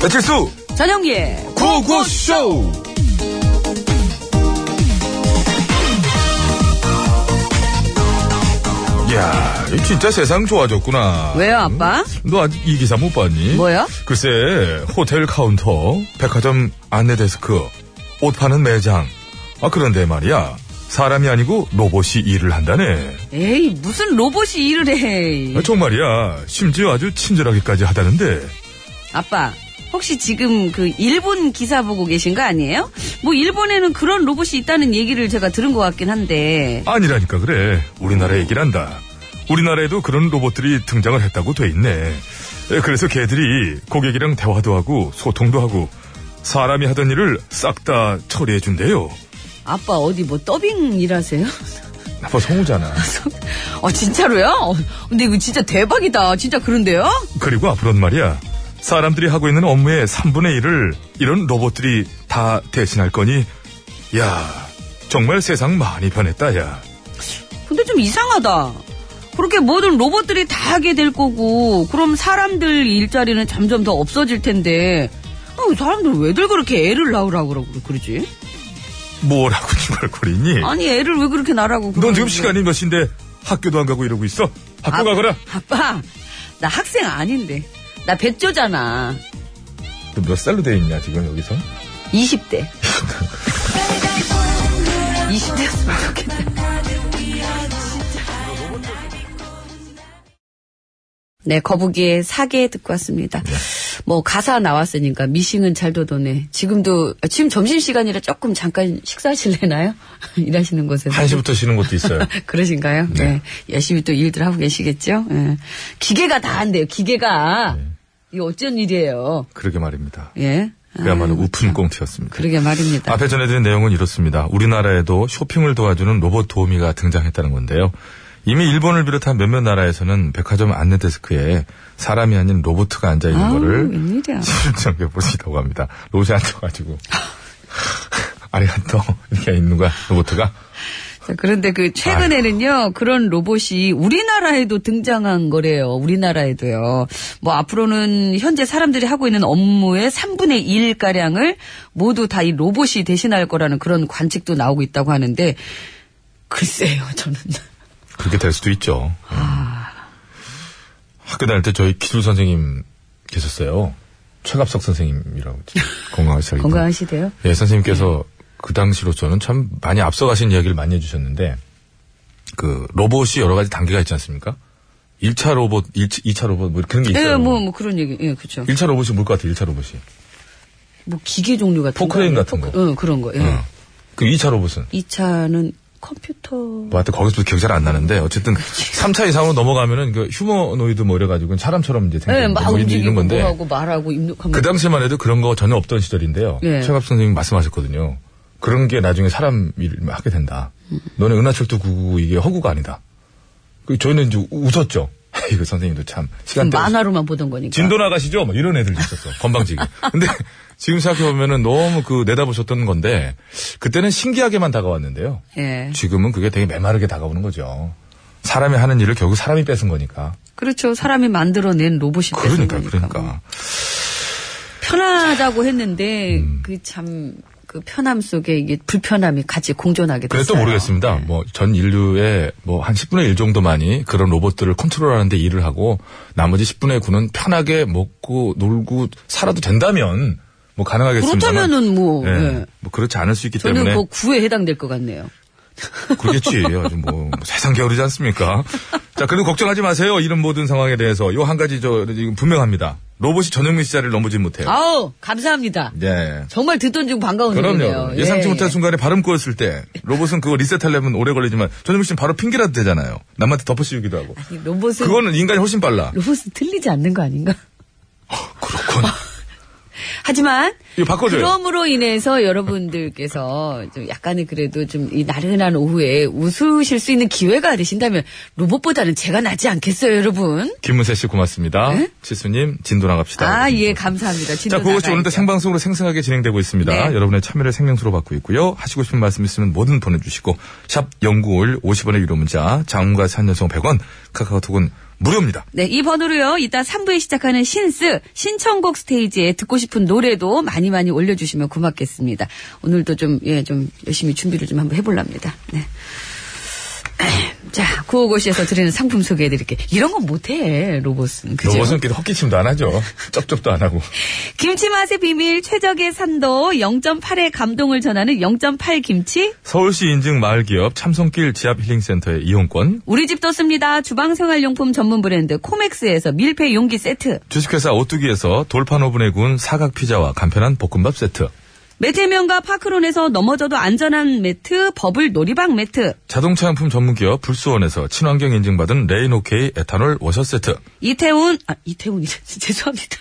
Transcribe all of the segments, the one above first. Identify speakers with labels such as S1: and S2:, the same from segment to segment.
S1: 배칠수
S2: 전용기
S1: 구구쇼 이야 이거 진짜 세상 좋아졌구나
S2: 왜요 아빠?
S1: 너 아직 이 기사 못 봤니?
S2: 뭐요?
S1: 글쎄 호텔 카운터 백화점 안내 데스크 옷 파는 매장 아 그런데 말이야 사람이 아니고 로봇이 일을 한다네
S2: 에이 무슨 로봇이 일을 해
S1: 아, 정말이야 심지어 아주 친절하게까지 하다는데
S2: 아빠 혹시 지금 그 일본 기사 보고 계신 거 아니에요? 뭐 일본에는 그런 로봇이 있다는 얘기를 제가 들은 것 같긴 한데
S1: 아니라니까 그래. 우리나라 얘기를한다 우리나라에도 그런 로봇들이 등장을 했다고 돼 있네. 에, 그래서 걔들이 고객이랑 대화도 하고 소통도 하고 사람이 하던 일을 싹 다 처리해 준대요.
S2: 아빠 어디 뭐 더빙 일하세요?
S1: 아빠 성우잖아.
S2: 어 진짜로요? 어, 근데 이거 진짜 대박이다 진짜 그런데요?
S1: 그리고 앞으로는 말이야. 사람들이 하고 있는 업무의 3분의 1을 이런 로봇들이 다 대신할 거니 야 정말 세상 많이 변했다 야.
S2: 근데 좀 이상하다 그렇게 모든 로봇들이 다 하게 될 거고 그럼 사람들 일자리는 점점 더 없어질 텐데 어, 사람들 왜들 그렇게 애를 낳으라고 그러고 그러지?
S1: 뭐라고 중얼거리니?
S2: 아니 애를 왜 그렇게 낳으라고
S1: 예. 넌
S2: 그러는데.
S1: 지금 시간이 몇 시인데 학교도 안 가고 이러고 있어? 학교
S2: 아,
S1: 가거라.
S2: 아빠, 나 학생 아닌데. 나 백조잖아.
S1: 너 몇 살로 돼 있냐 지금 여기서?
S2: 20대. 20대였으면 좋겠다. 네, 거북이의 사계 듣고 왔습니다.
S1: 네.
S2: 뭐, 가사 나왔으니까, 미싱은 잘 도도네. 지금도, 아, 지금 점심시간이라 조금 잠깐 식사하실래나요? 일하시는 곳에서.
S1: 한 시부터 쉬는 것도 있어요.
S2: 그러신가요? 네. 열심히 또 일들 하고 계시겠죠? 예. 기계가 다 한대요, 기계가.
S1: 네.
S2: 이거 어쩐 일이에요.
S1: 그러게 말입니다.
S2: 예. 아,
S1: 그야말로 우픈 꽁트였습니다.
S2: 그러게 말입니다.
S1: 앞에 전해드린 내용은 이렇습니다. 우리나라에도 쇼핑을 도와주는 로봇 도우미가 등장했다는 건데요. 이미 일본을 비롯한 몇몇 나라에서는 백화점 안내 데스크에 사람이 아닌 로봇가 앉아 있는
S2: 아우,
S1: 거를
S2: 웬일이야.
S1: 실전에 볼 수 있다고 합니다. 로봇이 앉아가지고 아리가또 이렇게 있는 거야 로봇가.
S2: 자, 그런데 그, 최근에는요,
S1: 아.
S2: 그런 로봇이 우리나라에도 등장한 거래요. 우리나라에도요. 뭐, 앞으로는 현재 사람들이 하고 있는 업무의 3분의 1가량을 모두 다 이 로봇이 대신할 거라는 그런 관측도 나오고 있다고 하는데, 글쎄요, 저는.
S1: 그러니까. 그렇게 될 수도 있죠. 음.
S2: 아.
S1: 학교 다닐 때 저희 기술 선생님 계셨어요. 최갑석 선생님이라고 건강하시죠.
S2: 건강하시대요?
S1: 예, 선생님께서 그 당시로서는 참 많이 앞서가신 이야기를 많이 해주셨는데 그 로봇이 여러 가지 단계가 있지 않습니까? 1차 로봇, 1, 2차 로봇 뭐 그런 게
S2: 예,
S1: 있어요.
S2: 뭐, 뭐 그런 얘기, 예, 그쵸.
S1: 1차 로봇이 뭘 것 같아요? 1차 로봇이.
S2: 뭐 기계 종류 같은
S1: 포크레인
S2: 거.
S1: 같은 거.
S2: 응, 그런 거, 예.
S1: 어. 그 2차 로봇은
S2: 이 2차는 컴퓨터.
S1: 뭐 하여튼 거기서부터 기억이 잘 안 나는데 어쨌든 3차 이상으로 넘어가면은 그 휴머노이드 뭐 이래 가지고 사람처럼 이제
S2: 예,
S1: 생기는
S2: 막
S1: 뭐 이런-
S2: 움직이고
S1: 이런 건데
S2: 하고 말하고 입력하면.
S1: 그 당시만 해도 그런 거 전혀 없던 시절인데요.
S2: 음. 예.
S1: 최갑 선생님 말씀하셨거든요. 그런 게 나중에 사람 일을 하게 된다. 너네 은하철도 999 이게 허구가 아니다. 그 저희는 이제 웃었죠. 이거 선생님도 참 시간 때
S2: 만화로만 보던 거니까.
S1: 진도 나가시죠? 막 이런 애들 있었어. 건방지게. 근데 지금 생각해보면은 너무 그 내다보셨던 건데 그때는 신기하게만 다가왔는데요.
S2: 예.
S1: 지금은 그게 되게 메마르게 다가오는 거죠. 사람이 하는 일을 결국 사람이 뺏은 거니까.
S2: 그렇죠. 사람이 만들어낸 로봇이 되는
S1: 그러니까,
S2: 거니까.
S1: 그러니까.
S2: 편하다고 했는데,
S1: 음.
S2: 그 참 그 편함 속에 이게 불편함이 같이 공존하게 됐어요. 네.
S1: 그래도 모르겠습니다. 뭐 전 인류의 뭐 한 10분의 1 정도만이 그런 로봇들을 컨트롤하는데 일을 하고 나머지 10분의 9는 편하게 먹고 놀고 살아도 된다면 뭐 가능하겠습니다.
S2: 그렇다면은 뭐,
S1: 예,
S2: 예.
S1: 뭐 그렇지 않을 수 있기
S2: 저는
S1: 때문에
S2: 그 구에 해당될 것 같네요.
S1: 그러겠지. 아주 뭐, 뭐 세상 겨울이지 않습니까? 자, 그래도 걱정하지 마세요. 이런 모든 상황에 대해서 요 한 가지 저 지금 분명합니다. 로봇이 전영민 씨 자리를 넘보지 못해요.
S2: 아우, 감사합니다.
S1: 예.
S2: 정말 듣던 중 반가운
S1: 그럼요.
S2: 일이네요.
S1: 예상치
S2: 예.
S1: 못한 순간에 발음 꼬였을 때 로봇은 그거 리셋하려면 오래 걸리지만 전현무 씨는 바로 핑계라도 되잖아요. 남한테 덮어씌우기도 하고.
S2: 이 로봇은
S1: 그거는 인간이 훨씬 빨라.
S2: 로봇은 틀리지 않는 거 아닌가?
S1: 그렇군.
S2: 하지만
S1: 이거 바꿔줘요.
S2: 그럼으로 인해서 여러분들께서 좀 약간은 그래도 좀 이 나른한 오후에 웃으실 수 있는 기회가 되신다면 로봇보다는 제가 낫지 않겠어요, 여러분?
S1: 김문세 씨 고맙습니다. 치수님 진도 나갑시다.
S2: 네? 아, 예, 감사합니다. 진짜
S1: 자, 그것이 오늘도 생방송으로 생생하게 진행되고 있습니다.
S2: 네.
S1: 여러분의 참여를 생명수로 받고 있고요. 하시고 싶은 말씀 있으면 뭐든 보내주시고 샵 0951 50원의 유료 문자 장문과 산연송 100원 카카오톡은 무료입니다.
S2: 네, 이 번호로요. 이따 3부에 시작하는 신스 신청곡 스테이지에 듣고 싶은 노래도 많이 많이 올려주시면 고맙겠습니다. 오늘도 좀, 예, 좀 열심히 준비를 좀 한번 해볼랍니다. 네. 자, 구호고시에서 드리는 상품 소개해드릴게요. 이런 건 못해, 로봇은. 그죠?
S1: 로봇은 끼리 헛기침도 안 하죠. 쩝쩝도 안 하고.
S2: 김치 맛의 비밀 최적의 산도 0.8의 감동을 전하는 0.8 김치
S1: 서울시 인증 마을기업 참손길 지압힐링센터의 이용권.
S2: 우리 집도 씁니다. 주방생활용품 전문 브랜드 코맥스에서 밀폐 용기 세트
S1: 주식회사 오뚜기에서 돌판 오븐에 구운 사각 피자와 간편한 볶음밥 세트.
S2: 매트면과 파크론에서 넘어져도 안전한 매트 버블 놀이방 매트
S1: 자동차 용품 전문기업 불수원에서 친환경 인증받은 레인오케이 에탄올 워셔 세트.
S2: 이태원 아 이태원이 죄송합니다.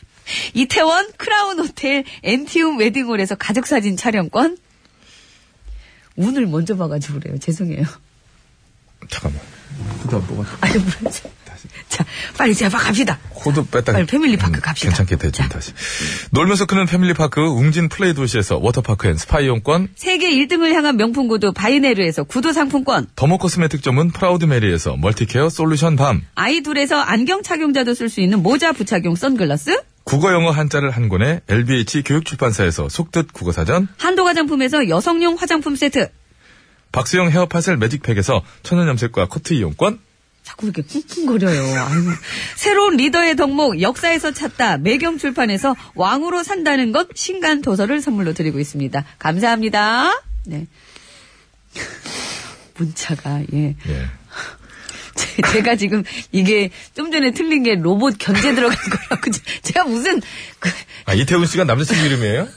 S2: 이태원 크라운 호텔 엔티움 웨딩홀에서 가족 사진 촬영권 운을 먼저 봐가지고 그래요. 죄송해요.
S1: 잠깐만. 코드 안 뽑아.
S2: 아니 모르겠어. 자 빨리 제가 갑시다.
S1: 코드 뺐다.
S2: 빨리 패밀리파크 갑시다.
S1: 괜찮게 대충
S2: 자.
S1: 다시. 놀면서 크는 패밀리파크 웅진 플레이 도시에서 워터파크 앤 스파 이용권.
S2: 세계 1등을 향한 명품 구두 바이네르에서 구두 상품권
S1: 더모 코스메틱 점은 프라우드 메리에서 멀티케어 솔루션 밤.
S2: 아이 둘에서 안경 착용자도 쓸 수 있는 모자 부착용 선글라스
S1: 국어 영어 한자를 한 권에 LBH 교육출판사에서 속뜻 국어사전.
S2: 한도 화장품에서 여성용 화장품 세트
S1: 박수영 헤어파셀 매직팩에서 천연염색과 커트 이용권.
S2: 자꾸 이렇게 쿵쿵거려요. 아이고. 새로운 리더의 덕목 역사에서 찾다 매경 출판에서 왕으로 산다는 것 신간 도서를 선물로 드리고 있습니다. 감사합니다. 네. 문자가 예.
S1: 예.
S2: 제- 제가 지금 이게 좀 전에 틀린 게 로봇 견제 들어간 거라고 제- 제가 무슨 그
S1: 아, 이태훈 씨가 남자친구 이름이에요?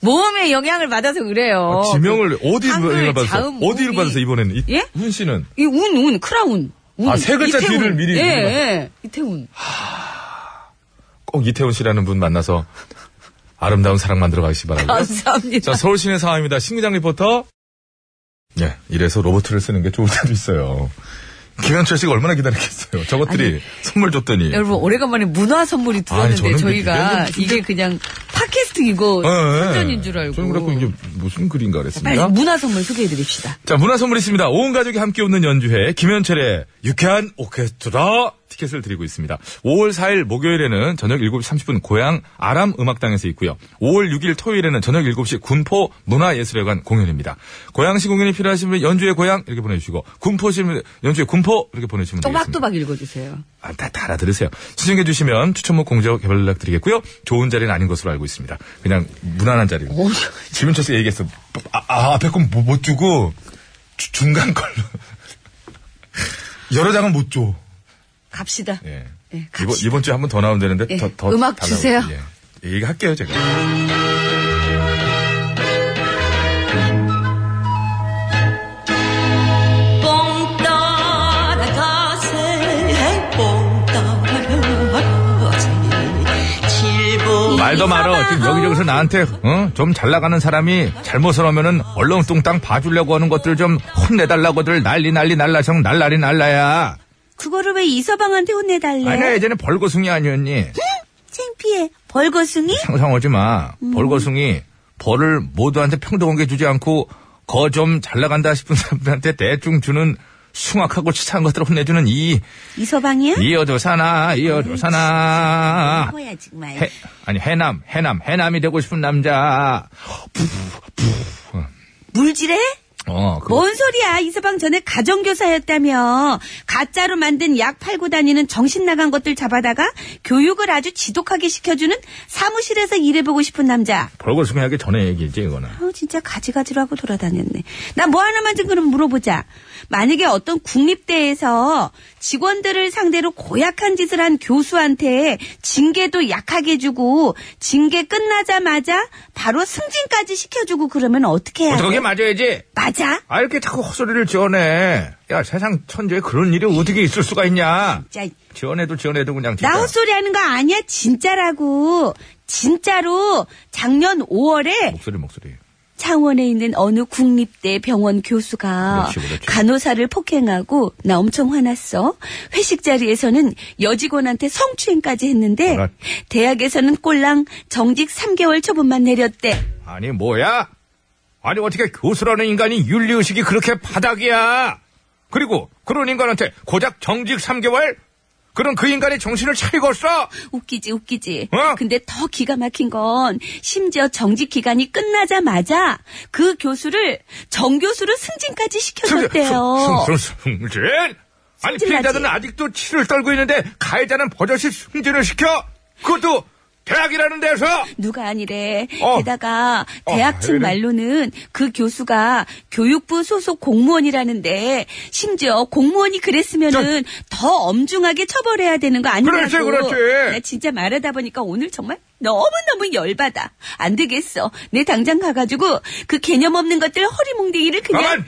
S2: 모험의 영향을 받아서 그래요.
S1: 아, 지명을 어디
S2: 한글,
S1: 를 받았어?
S2: 자음,
S1: 어디를
S2: 모음이-
S1: 받았어 이번에는? 이,
S2: 예?
S1: 훈 씨는
S2: 이 운, 운, 크라운. 운.
S1: 아, 세 글자 뒤를 미리
S2: 예,
S1: 누르나?
S2: 예. 이태훈.
S1: 꼭 이태훈 씨라는 분 만나서 아름다운 사랑 만들어 가시기 바랍니다.
S2: 감사합니다.
S1: 자, 서울 시내 상황입니다. 신구장 리포터. 예, 이래서 로봇을 쓰는 게 좋을 때도 있어요. 김현철 씨가 얼마나 기다렸겠어요. 저것들이
S2: 아니,
S1: 선물 줬더니.
S2: 여러분, 오래간만에 문화 선물이 들어왔는데
S1: 네. 저는 그
S2: 저희가
S1: 근데
S2: 이게 그냥 팟캐스트 이거
S1: 예, 예.
S2: 사전인 줄 알고.
S1: 저는 그렇고 이게 무슨 글인가 그랬습니다.
S2: 빨리 문화 선물 소개해 드립시다.
S1: 자, 문화 선물 있습니다. 온 가족이 함께 웃는 연주회 김현철의 유쾌한 오케스트라 티켓을 드리고 있습니다. 5월 4일 목요일에는 저녁 7시 30분 고향 아람 음악당에서 있고요. 5월 6일 토요일에는 저녁 7시 군포 문화예술회관 공연입니다. 고양시 공연이 필요하신 분 연주의 고향 이렇게 보내주시고 군포시 연주의 군포 이렇게 보내주시면 되겠습니다.
S2: 또박또박 읽어주세요.
S1: 아, 다, 다 알아들으세요. 신청해 주시면 추천목 공지와 개발 연락 드리겠고요. 좋은 자리는 아닌 것으로 알고 있습니다. 그냥 무난한 자리로.
S2: 어,
S1: 지문철 씨가 얘기했어. 아, 아, 앞에 건 못 주고 주- 중간 걸로. 여러 장은 못 줘.
S2: 갑시다.
S1: 예.
S2: 예, 갑시다.
S1: 이번, 이번 주에 한 번 더 나오면 되는데
S2: 예,
S1: 더, 더
S2: 음악
S1: 달라고.
S2: 주세요.
S1: 예. 얘기할게요, 제가.
S3: 뽕 따라가세 뽕 따라가세 칠보
S1: 말도 말어. 지금 여기저기서 나한테 어? 좀 잘 나가는 사람이 잘못을 하면은 얼렁뚱땅 봐주려고 하는 것들 좀 혼내달라고들 난리 난리 날라성 날라리 날라야.
S3: 그거를 왜 이서방한테 혼내달래?
S1: 아니, 나 예전에 벌거숭이 아니었니?
S3: 창피해 벌거숭이?
S1: 상상하지 마. 벌거숭이 벌을 모두한테 평등하게 주지 않고 거 좀 잘 나간다 싶은 사람들한테 대충 주는 숭악하고 치사한 것들을 혼내주는 이
S3: 이서방이야?
S1: 이어조사나 이어조사나
S3: 뭐야 정말
S1: 해, 아니 해남 해남 해남이 되고 싶은 남자
S3: 물질해?
S1: 어 그거.
S3: 뭔 소리야 이서방 전에 가정교사였다며 가짜로 만든 약 팔고 다니는 정신나간 것들 잡아다가 교육을 아주 지독하게 시켜주는 사무실에서 일해보고 싶은 남자
S1: 벌거숭이 하기 전에 얘기지 이거는
S3: 아우 진짜 가지가지로 하고 돌아다녔네. 나 뭐 하나만 좀 그럼 물어보자. 만약에 어떤 국립대에서 직원들을 상대로 고약한 짓을 한 교수한테 징계도 약하게 주고 징계 끝나자마자 바로 승진까지 시켜주고 그러면 어떻게 해야
S1: 어떻게
S3: 돼?
S1: 맞아야지
S3: 맞아?
S1: 아 이렇게 자꾸 헛소리를 지어내 야 세상 천재에 그런 일이 어떻게 있을 수가 있냐
S3: 자,
S1: 지어내도 지어내도 그냥 진짜
S3: 나 헛소리 하는 거 아니야 진짜라고. 진짜로 작년 5월에
S1: 목소리 목소리
S3: 창원에 있는 어느 국립대 병원 교수가
S1: 그렇지, 그렇지.
S3: 간호사를 폭행하고 나 엄청 화났어. 회식 자리에서는 여직원한테 성추행까지 했는데
S1: 뭐라?
S3: 대학에서는 꼴랑 정직 3개월 처분만 내렸대.
S1: 아니 뭐야? 아니 어떻게 교수라는 인간이 윤리의식이 그렇게 바닥이야? 그리고 그런 인간한테 고작 정직 3개월?
S4: 그럼 그 인간이 정신을 차리고 없어?
S2: 웃기지 웃기지.
S4: 어?
S2: 근데 더 기가 막힌 건 심지어 정직 기간이 끝나자마자 그 교수를 정 교수로 승진까지 시켜줬대요.
S4: 승, 승, 승, 승진? 아니,
S2: 승진하지.
S4: 피해자들은 아직도 치를 떨고 있는데 가해자는 버젓이 승진을 시켜? 그것도 대학이라는 데서?
S2: 누가 아니래.
S4: 어.
S2: 게다가
S4: 어,
S2: 대학 측
S4: 이런.
S2: 말로는 그 교수가 교육부 소속 공무원이라는데 심지어 공무원이 그랬으면은 더 엄중하게 처벌해야 되는 거 아니냐고.
S4: 그렇지, 그렇지.
S2: 나 진짜 말하다 보니까 오늘 정말 너무너무 열받아. 안 되겠어. 내 당장 가가지고 그 개념 없는 것들 허리몽댕이를 그냥
S4: 가만!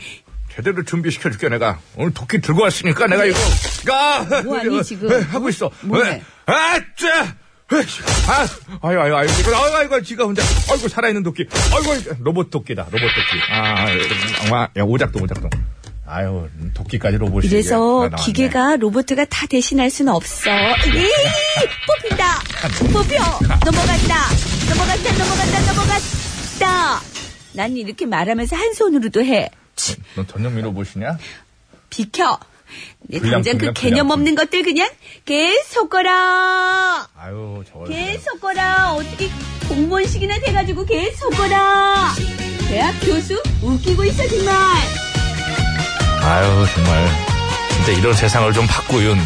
S4: 제대로 준비시켜줄게, 내가. 오늘 도끼 들고 왔으니까 내가 이거. 가!
S5: 뭐하니, 지금?
S4: 에, 하고 있어.
S5: 뭐해?
S4: 에, 아, 짜! 아, 아유, 아유, 아유, 이거, 아유, 아이고, 지가 혼자, 아이고, 살아있는 도끼, 아이고, 이거 로봇 도끼다, 로봇 도끼. 아, 아, 야, 오작동, 오작동. 아유, 음, 도끼까지 로봇이. 이게
S2: 이래서
S4: 예, 다 나왔네.
S2: 기계가 로봇가 다 대신할 수는 없어. 에이, 뽑힌다. 뽑혀. 넘어갔다. 넘어갔다. 넘어갔다. 넘어갔다. 난 이렇게 말하면서 한 손으로도 해. 치,
S4: 너 전영미 로봇이냐?
S2: 비켜. 내
S4: 불량,
S2: 당장 그
S4: 불량,
S2: 개념
S4: 불량.
S2: 없는 것들 그냥 계속 거라.
S4: 아유, 저걸.
S2: 계속 거라. 어떻게 공무원식이나 돼가지고 계속 거라. 대학 교수 웃기고 있어 정말.
S4: 아유, 정말. 진짜 이런 세상을 좀 바꾸윤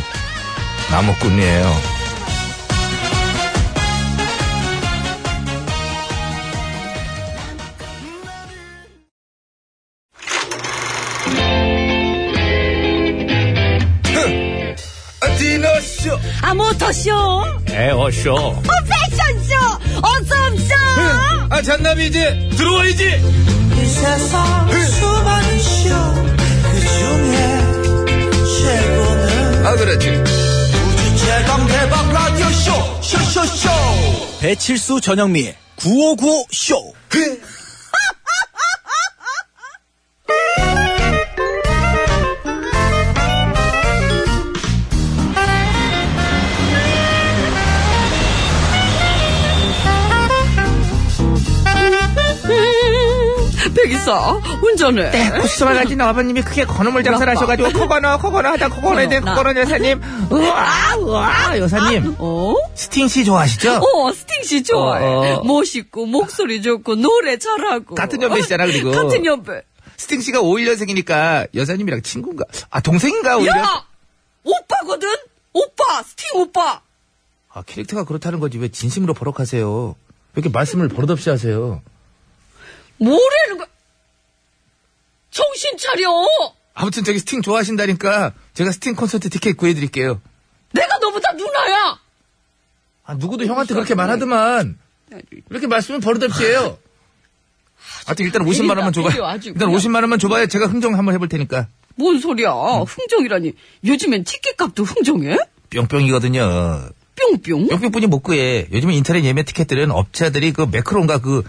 S4: 나무꾼이에요. 디너쇼!
S2: 아 모터쇼.
S1: 네,
S4: 에어쇼!
S2: 어, 패션쇼. 어썸쇼.
S4: 아, 잔남이 이제 들어와야지!
S6: 이 세상 수많은 쇼그 중에 최고는
S4: 아, 그렇지.
S6: 우주 최강 대박 라디오 쇼 쇼쇼쇼 배칠수 전영미 9595 쇼.
S1: 네.
S5: 음, 백이사 운전해.
S1: 수만 가진 아버님이 크게 건어물 장사를 하셔가지고 코거너 코거너 하다 코거너에 대한
S5: 코거너,
S1: 코거너 여사님 우와 우와 여사님
S5: 어?
S1: 스팅 씨 좋아하시죠?
S5: 어, 스팅 씨 좋아해.
S1: 어, 어.
S5: 멋있고, 목소리 좋고, 노래 잘하고.
S1: 같은 연배시잖아, 그리고.
S5: 같은 연배.
S1: 스팅 씨가 5일년생이니까 여사님이랑 친구인가? 아 동생인가 오히려?
S5: 야! 오빠거든? 오빠! 스팅 오빠!
S1: 아 캐릭터가 그렇다는 거지 왜 진심으로 버럭하세요? 왜 이렇게 말씀을 버릇없이 하세요?
S5: 뭐라는 거야? 정신 차려!
S1: 아무튼 저기 스팅 좋아하신다니까 제가 스팅 콘서트 티켓 구해드릴게요.
S5: 내가 너보다 누나야!
S1: 아 누구도 형한테 그렇게 말하더만
S5: 네.
S1: 왜 이렇게 말씀을 버릇없이 해요. 하여튼 일단 50만 원만
S5: 때린다,
S1: 줘봐요.
S5: 때려, 아, 아주
S1: 일단
S5: 그냥.
S1: 50만 원만 줘봐요. 제가 흥정 한번 해볼 테니까.
S5: 뭔 소리야.
S1: 음.
S5: 흥정이라니. 요즘엔 티켓값도 흥정해?
S1: 뿅뿅이거든요.
S5: 뿅뿅.
S1: 뿅뿅뿐이 못 구해. 요즘에 인터넷 예매 티켓들은 업체들이 그 매크론가 그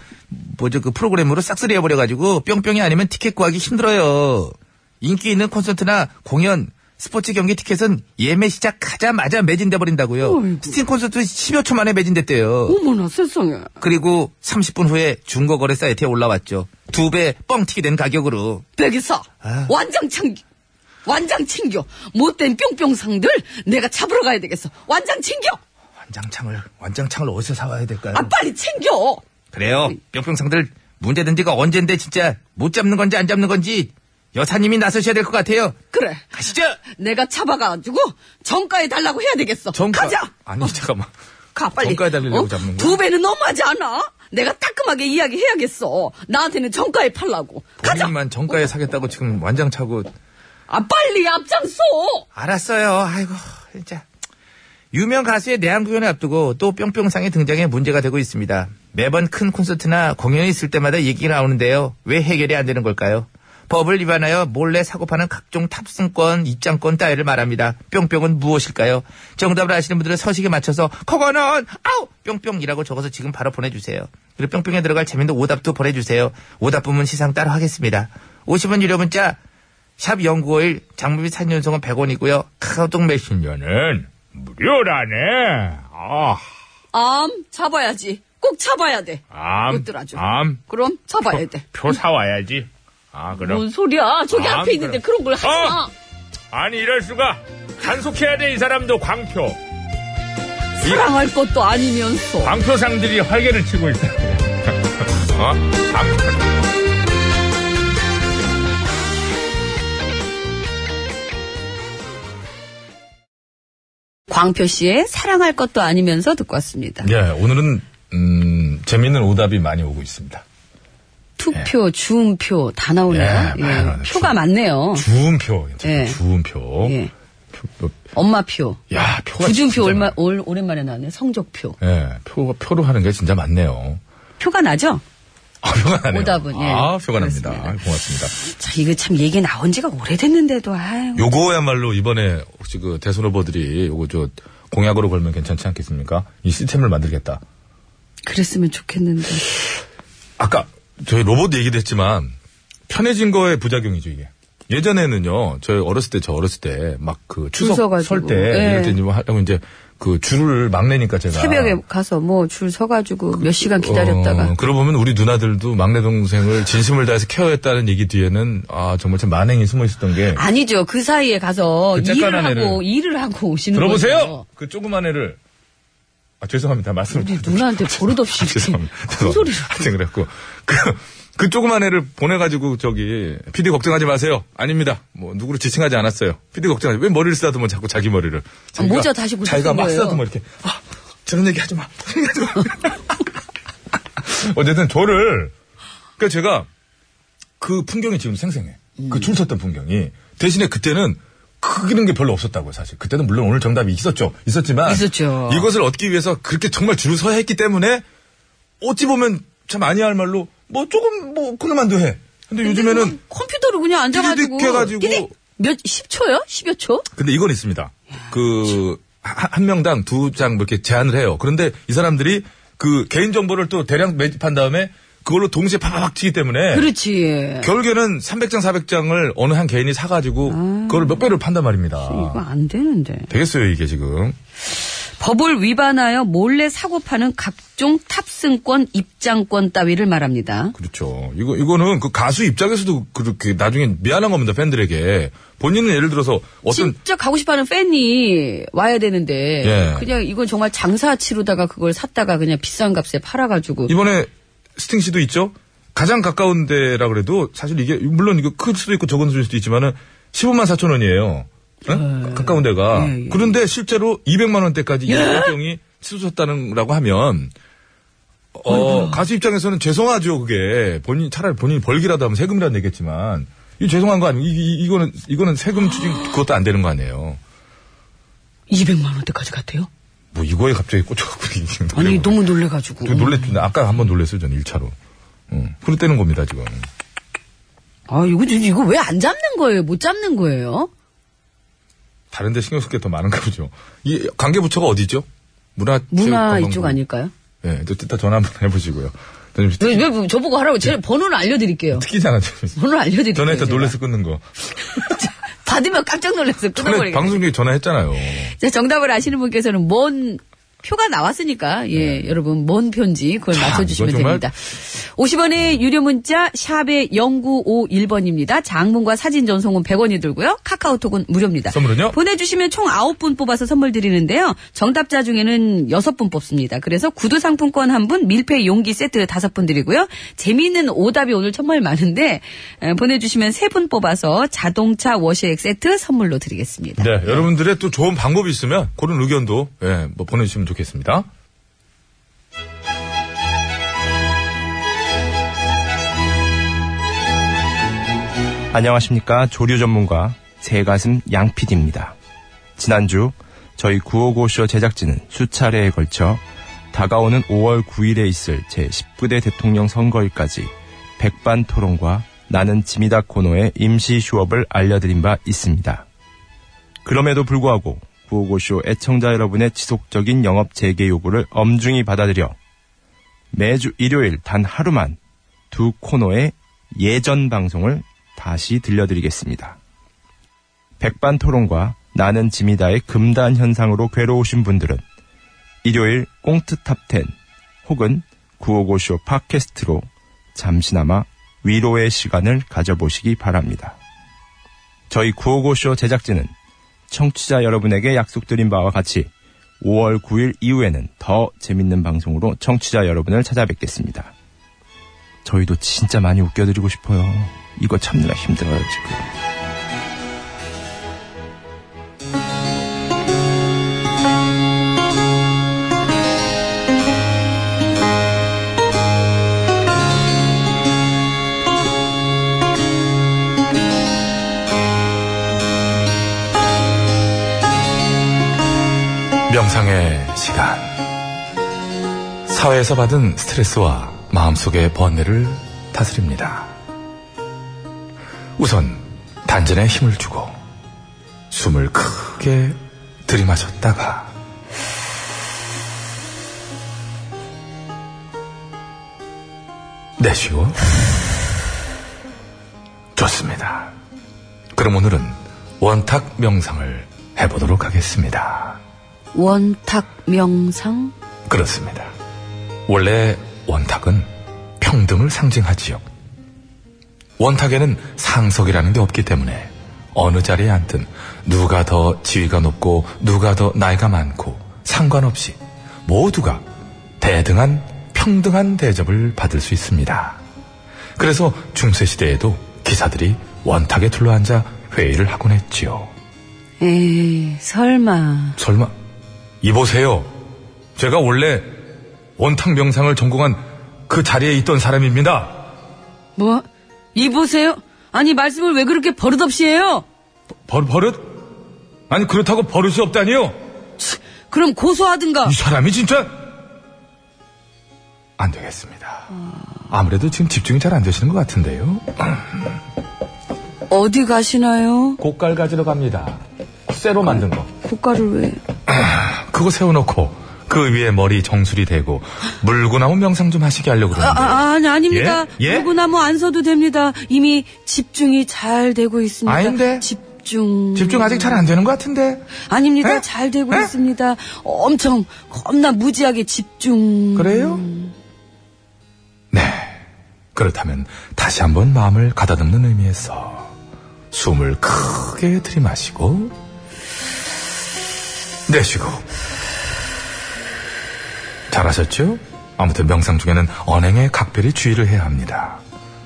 S1: 뭐죠 그 프로그램으로 싹쓸이 해버려가지고 뿅뿅이 아니면 티켓 구하기 힘들어요. 인기 있는 콘서트나 공연, 스포츠 경기 티켓은 예매 시작하자마자 매진돼 버린다고요.
S5: 어이구.
S1: 스팀 콘서트 10여 초 만에 매진됐대요.
S5: 어머나 세상에.
S1: 그리고 30분 후에 중고거래 사이트에 올라왔죠. 두 배 뻥튀기 된 가격으로.
S5: 백이사.
S1: 아.
S5: 완장 챙겨. 완장 챙겨. 못된 뿅뿅상들 내가 잡으러 가야 되겠어. 완장 챙겨.
S1: 완장창을 완장창을 어디서 사와야 될까요?
S5: 아 빨리 챙겨. 네.
S1: 그래요. 뿅뿅상들 문제된 지가 언젠데 진짜 못 잡는 건지 안 잡는 건지 여사님이 나서셔야 될 것 같아요.
S5: 그래.
S1: 가시죠.
S5: 내가 잡아가지고 정가에 달라고 해야 되겠어. 가자.
S1: 아니 잠깐만.
S5: 가 빨리. 어?
S1: 정가에 달리려고 잡는 거야?
S5: 두 배는 너무하지 않아? 내가 따끔하게 이야기해야겠어. 나한테는 정가에 팔라고. 가자.
S1: 본인만 정가에 사겠다고 지금 완장차고
S5: 아 빨리 앞장서.
S1: 알았어요. 아이고 진짜 유명 가수의 내한 구연을 앞두고 또 뿅뿅상의 등장에 문제가 되고 있습니다. 매번 큰 콘서트나 공연이 있을 때마다 얘기가 나오는데요. 왜 해결이 안 되는 걸까요? 법을 위반하여 몰래 사고파는 각종 탑승권, 입장권 따위를 말합니다. 뿅뿅은 무엇일까요? 정답을 아시는 분들은 서식에 맞춰서 커거는 아우 뿅뿅이라고 적어서 지금 바로 보내주세요. 그리고 뿅뿅에 들어갈 재미있는 오답도 보내주세요. 오답 부문 시상 따로 하겠습니다. 50원 유료 문자 샵 0951, 장무비 산연송은 100원이고요. 카카오톡 메신저는
S4: 무료라네. 아,
S5: 암 잡아야지. 꼭 잡아야 돼.
S4: 암.
S5: 것들 아주.
S4: 암.
S5: 그럼 잡아야 돼.
S4: 표 사와야지. 아, 그럼.
S2: 뭐.
S5: 뭔 소리야? 저기
S4: 아,
S5: 앞에 있는데
S4: 그럼.
S5: 그런 걸 하지
S4: 어!
S5: 마.
S4: 아니, 이럴 수가.
S1: 단속해야 돼 이 사람도 광표.
S2: 사랑할 것도 아니면서.
S1: 광표상들이 활개를 치고 있다. 어? 광표.
S2: 광표 씨의 사랑할 것도 아니면서 듣고 왔습니다.
S1: 예, 오늘은 음, 재미있는 오답이 많이 오고 있습니다.
S2: 투표, 주음표 다 나오네요.
S1: 예, 많이 나오네요.
S2: 예, 표가
S1: 주-
S2: 많네요.
S1: 주음표, 괜찮아요.
S2: 예.
S1: 주음표.
S2: 예.
S1: 표, 표,
S2: 엄마표.
S1: 야, 표가
S2: 부준표
S1: 진짜
S2: 얼마,
S1: 많아.
S2: 올, 오랜만에 나왔네. 성적표.
S1: 예, 표가 표로 하는 게 진짜 많네요.
S2: 표가 나죠?
S1: 아, 표가 나네요.
S2: 오답은, 예.
S1: 아, 표가 납니다.
S2: 그렇습니다.
S1: 고맙습니다.
S2: 자, 이거 참 얘기 나온 지가 오래됐는데도, 아유.
S1: 요거야말로 이번에 혹시 그 대선 후보들이 요거 저 공약으로 걸면 괜찮지 않겠습니까? 이 시스템을 만들겠다.
S2: 그랬으면 좋겠는데.
S1: 아까 저희 로봇 얘기도 했지만 편해진 거의 부작용이죠 이게. 예전에는요, 저희 어렸을 때, 저 어렸을 때, 막 그 추석
S2: 서가지고.
S1: 설 때,
S2: 예.
S1: 이럴 때 이제 뭐 하려고 이제 그 줄을 막내니까 제가.
S2: 새벽에 가서 뭐 줄 서가지고 몇 시간 기다렸다가.
S1: 어, 그러고 보면 우리 누나들도 막내 동생을 진심을 다해서 케어했다는 얘기 뒤에는 아 정말 참 만행이 숨어 있었던 게
S2: 아니죠. 그 사이에 가서
S1: 그 쬐깐한
S2: 일을 하고,
S1: 애를.
S2: 일을 하고 오시는
S1: 들어보세요.
S2: 거죠.
S1: 그 조그만 애를 아 죄송합니다 말씀을
S2: 우리 누나한테 버릇없이 이렇게
S1: 아, 죄송합니다.
S2: 큰 소리를.
S1: 하여튼 그랬고 그, 그 조그만 애를 보내가지고 저기 PD 걱정하지 마세요. 아닙니다. 뭐 누구를 지칭하지 않았어요. PD 걱정하지 왜 머리를 쓰다듬어 자꾸 자기 머리를 자기가-
S2: 아, 모자 다시 고쳤던
S1: 자기가 막
S2: 거예요.
S1: 쓰다듬어 이렇게 아 저런 얘기 하지 마. 저런 얘기 하지 마. 어쨌든 저를 그러니까 제가 그 풍경이 지금 생생해.
S2: 음.
S1: 그 줄 섰던 풍경이. 대신에 그때는 그런 게 별로 없었다고요, 사실. 그때는 물론 오늘 정답이 있었죠. 있었지만.
S2: 있었죠.
S1: 이것을 얻기 위해서 그렇게 정말 줄을 서야 했기 때문에 어찌 보면 참 아니할 말로 뭐 조금 뭐 그럴만도 해. 근데 요즘에는
S2: 컴퓨터로 그냥 앉아가지고.
S1: 띠릭 해가지고.
S2: 띠릭! 몇, 10초요? 10여 초?
S1: 근데 이건 있습니다. 그, 하- 한 명당 두 장뭐 이렇게 제한을 해요. 그런데 이 사람들이 그 개인정보를 또 대량 매집한 다음에 그걸로 동시에 팍팍 치기 때문에.
S2: 네. 그렇지.
S1: 결국에는 300장, 400장을 어느 한 개인이 사가지고 그걸 몇 배를 판단
S2: 이거
S1: 말입니다.
S2: 안 되는데.
S1: 되겠어요, 이게 지금.
S2: 법을 위반하여 몰래 사고 파는 각종 탑승권, 입장권 따위를 말합니다.
S1: 그렇죠. 이거, 이거는 그 가수 입장에서도 그렇게 나중에 미안한 겁니다, 팬들에게. 본인은 예를 들어서 어떤
S2: 진짜 가고 싶어하는 팬이 와야 되는데
S1: 예.
S2: 그냥 이건 정말 장사치로다가 그걸 샀다가 그냥 비싼 값에 팔아가지고
S1: 이번에 스팅 씨도 있죠? 가장 가까운 데라 그래도 사실 이게, 물론 이거 클 수도 있고 적은 수일 수도 있지만은 15만 4천 원이에요. 가까운 데가.
S2: 예, 예.
S1: 그런데 실제로 200만 원대까지 이 결정이 치솟았다는라고 하면 어, 가수 입장에서는 죄송하죠, 그게. 본인, 차라리 본인이 벌기라도 하면 세금이라도 내겠지만. 이 죄송한 거 아니에요? 이, 이, 이거는, 이거는 세금 추징, 그것도 안 되는 거 아니에요?
S2: 200만 원대까지 갔대요.
S1: 뭐, 이거에 갑자기 꽂혀갖고. 이게 지금
S2: 아니
S1: 놀래고.
S2: 너무 놀래가지고.
S1: 되게 놀랬죠. 아까 한 번 놀랬어요, 저는 1차로. 응. 그랬다는 겁니다, 지금.
S2: 아 이거 이거 왜 안 잡는 거예요? 못 잡는 거예요?
S1: 다른데 신경 쓸 게 더 많은가 보죠. 이 관계부처가 어디죠? 문화,
S2: 문화
S1: 체육관광부.
S2: 이쪽 아닐까요?
S1: 예, 네, 이따 전화 한번 해보시고요. 저는
S2: 왜, 왜 저보고 하라고 제 번호를 알려드릴게요.
S1: 특기잖아, 지금.
S2: 번호를 알려드릴게요.
S1: 전화했다
S2: 네, 제가.
S1: 놀래서 끊는 거.
S2: 받으면 깜짝 놀랐어.
S1: 전에
S2: 끊어버리겠네.
S1: 방송 중에 전화했잖아요. 네,
S2: 자, 정답을 아시는 분께서는 뭔 표가 나왔으니까 예 여러분 뭔 표인지 그걸
S1: 참, 네.
S2: 맞춰주시면
S1: 이거 정말-
S2: 됩니다. 50원의 유료 문자 샵의 0951번입니다. 장문과 사진 전송은 100원이 들고요. 카카오톡은 무료입니다.
S1: 선물은요?
S2: 보내주시면 총 9분 뽑아서 선물 드리는데요. 정답자 중에는 6분 뽑습니다. 그래서 구두 상품권 1분, 밀폐 용기 세트 5분 드리고요. 재미있는 오답이 오늘 정말 많은데 에, 보내주시면 3분 뽑아서 자동차 워시액 세트 선물로 드리겠습니다.
S1: 네, 여러분들의 또 좋은 방법이 있으면 그런 의견도, 예, 뭐 보내주시면 좋겠습니다.
S7: 안녕하십니까 조류 전문가 새가슴 양PD입니다. 지난주 저희 955쇼 제작진은 수차례에 걸쳐 다가오는 5월 9일에 있을 제19대 대통령 선거일까지 백반 토론과 나는 짐이다 코너의 임시 휴업을 알려드린 바 있습니다. 그럼에도 불구하고 955쇼 애청자 여러분의 지속적인 영업 재개 요구를 엄중히 받아들여 매주 일요일 단 하루만 두 코너의 예전 방송을 다시 들려드리겠습니다. 백반 토론과 나는 짐이다의 금단 현상으로 괴로우신 분들은 일요일 꽁트 탑10 혹은 955쇼 팟캐스트로 잠시나마 위로의 시간을 가져보시기 바랍니다. 저희 955쇼 제작진은 청취자 여러분에게 약속드린 바와 같이 5월 9일 이후에는 더 재밌는 방송으로 청취자 여러분을 찾아뵙겠습니다. 저희도 진짜 많이 웃겨드리고 싶어요. 이거 참느라 힘들어요, 지금.
S1: 명상의 시간. 사회에서 받은 스트레스와 마음속의 번뇌를 다스립니다. 우선 단전에 힘을 주고 숨을 크게 들이마셨다가 내쉬고 좋습니다. 그럼 오늘은 원탁 명상을 해보도록 하겠습니다.
S2: 원탁 명상?
S1: 그렇습니다. 원래 원탁은 평등을 상징하지요. 원탁에는 상석이라는 게 없기 때문에 어느 자리에 앉든 누가 더 지위가 높고 누가 더 나이가 많고 상관없이 모두가 대등한 평등한 대접을 받을 수 있습니다. 그래서 중세시대에도 기사들이 원탁에 둘러앉아 회의를 하곤 했지요.
S2: 에이, 설마.
S1: 설마 이보세요. 제가 원래 원탁 명상을 전공한 그 자리에 있던 사람입니다.
S2: 뭐? 이보세요? 아니, 말씀을 왜 그렇게 버릇없이 해요?
S1: 버, 버릇? 아니 그렇다고 버릇이 없다니요?
S2: 그럼 고소하든가.
S1: 이 사람이 진짜 안 되겠습니다. 아무래도 지금 집중이 잘 안 되시는 것 같은데요.
S2: 어디 가시나요?
S1: 고깔 가지러 갑니다. 쇠로 만든 거.
S2: 고가를 왜?
S1: 그거 세워놓고 그 위에 머리 정수리 대고 물고 나온 명상 좀 하시게 하려고
S2: 아,
S1: 그러는데.
S2: 아, 아니, 아닙니다.
S1: 예? 예?
S2: 물구나무 뭐 안 써도 됩니다. 이미 집중이 잘 되고 있습니다.
S1: 아닌데?
S2: 집중.
S1: 집중 아직 잘 예? 안 되는 것 같은데.
S2: 아닙니다.
S1: 에?
S2: 잘 되고
S1: 에?
S2: 있습니다. 엄청 겁나 무지하게 집중.
S1: 그래요? 네. 그렇다면 다시 한번 마음을 가다듬는 의미에서 숨을 크게 들이마시고 내쉬고 잘하셨죠? 아무튼 명상 중에는 언행에 각별히 주의를 해야 합니다.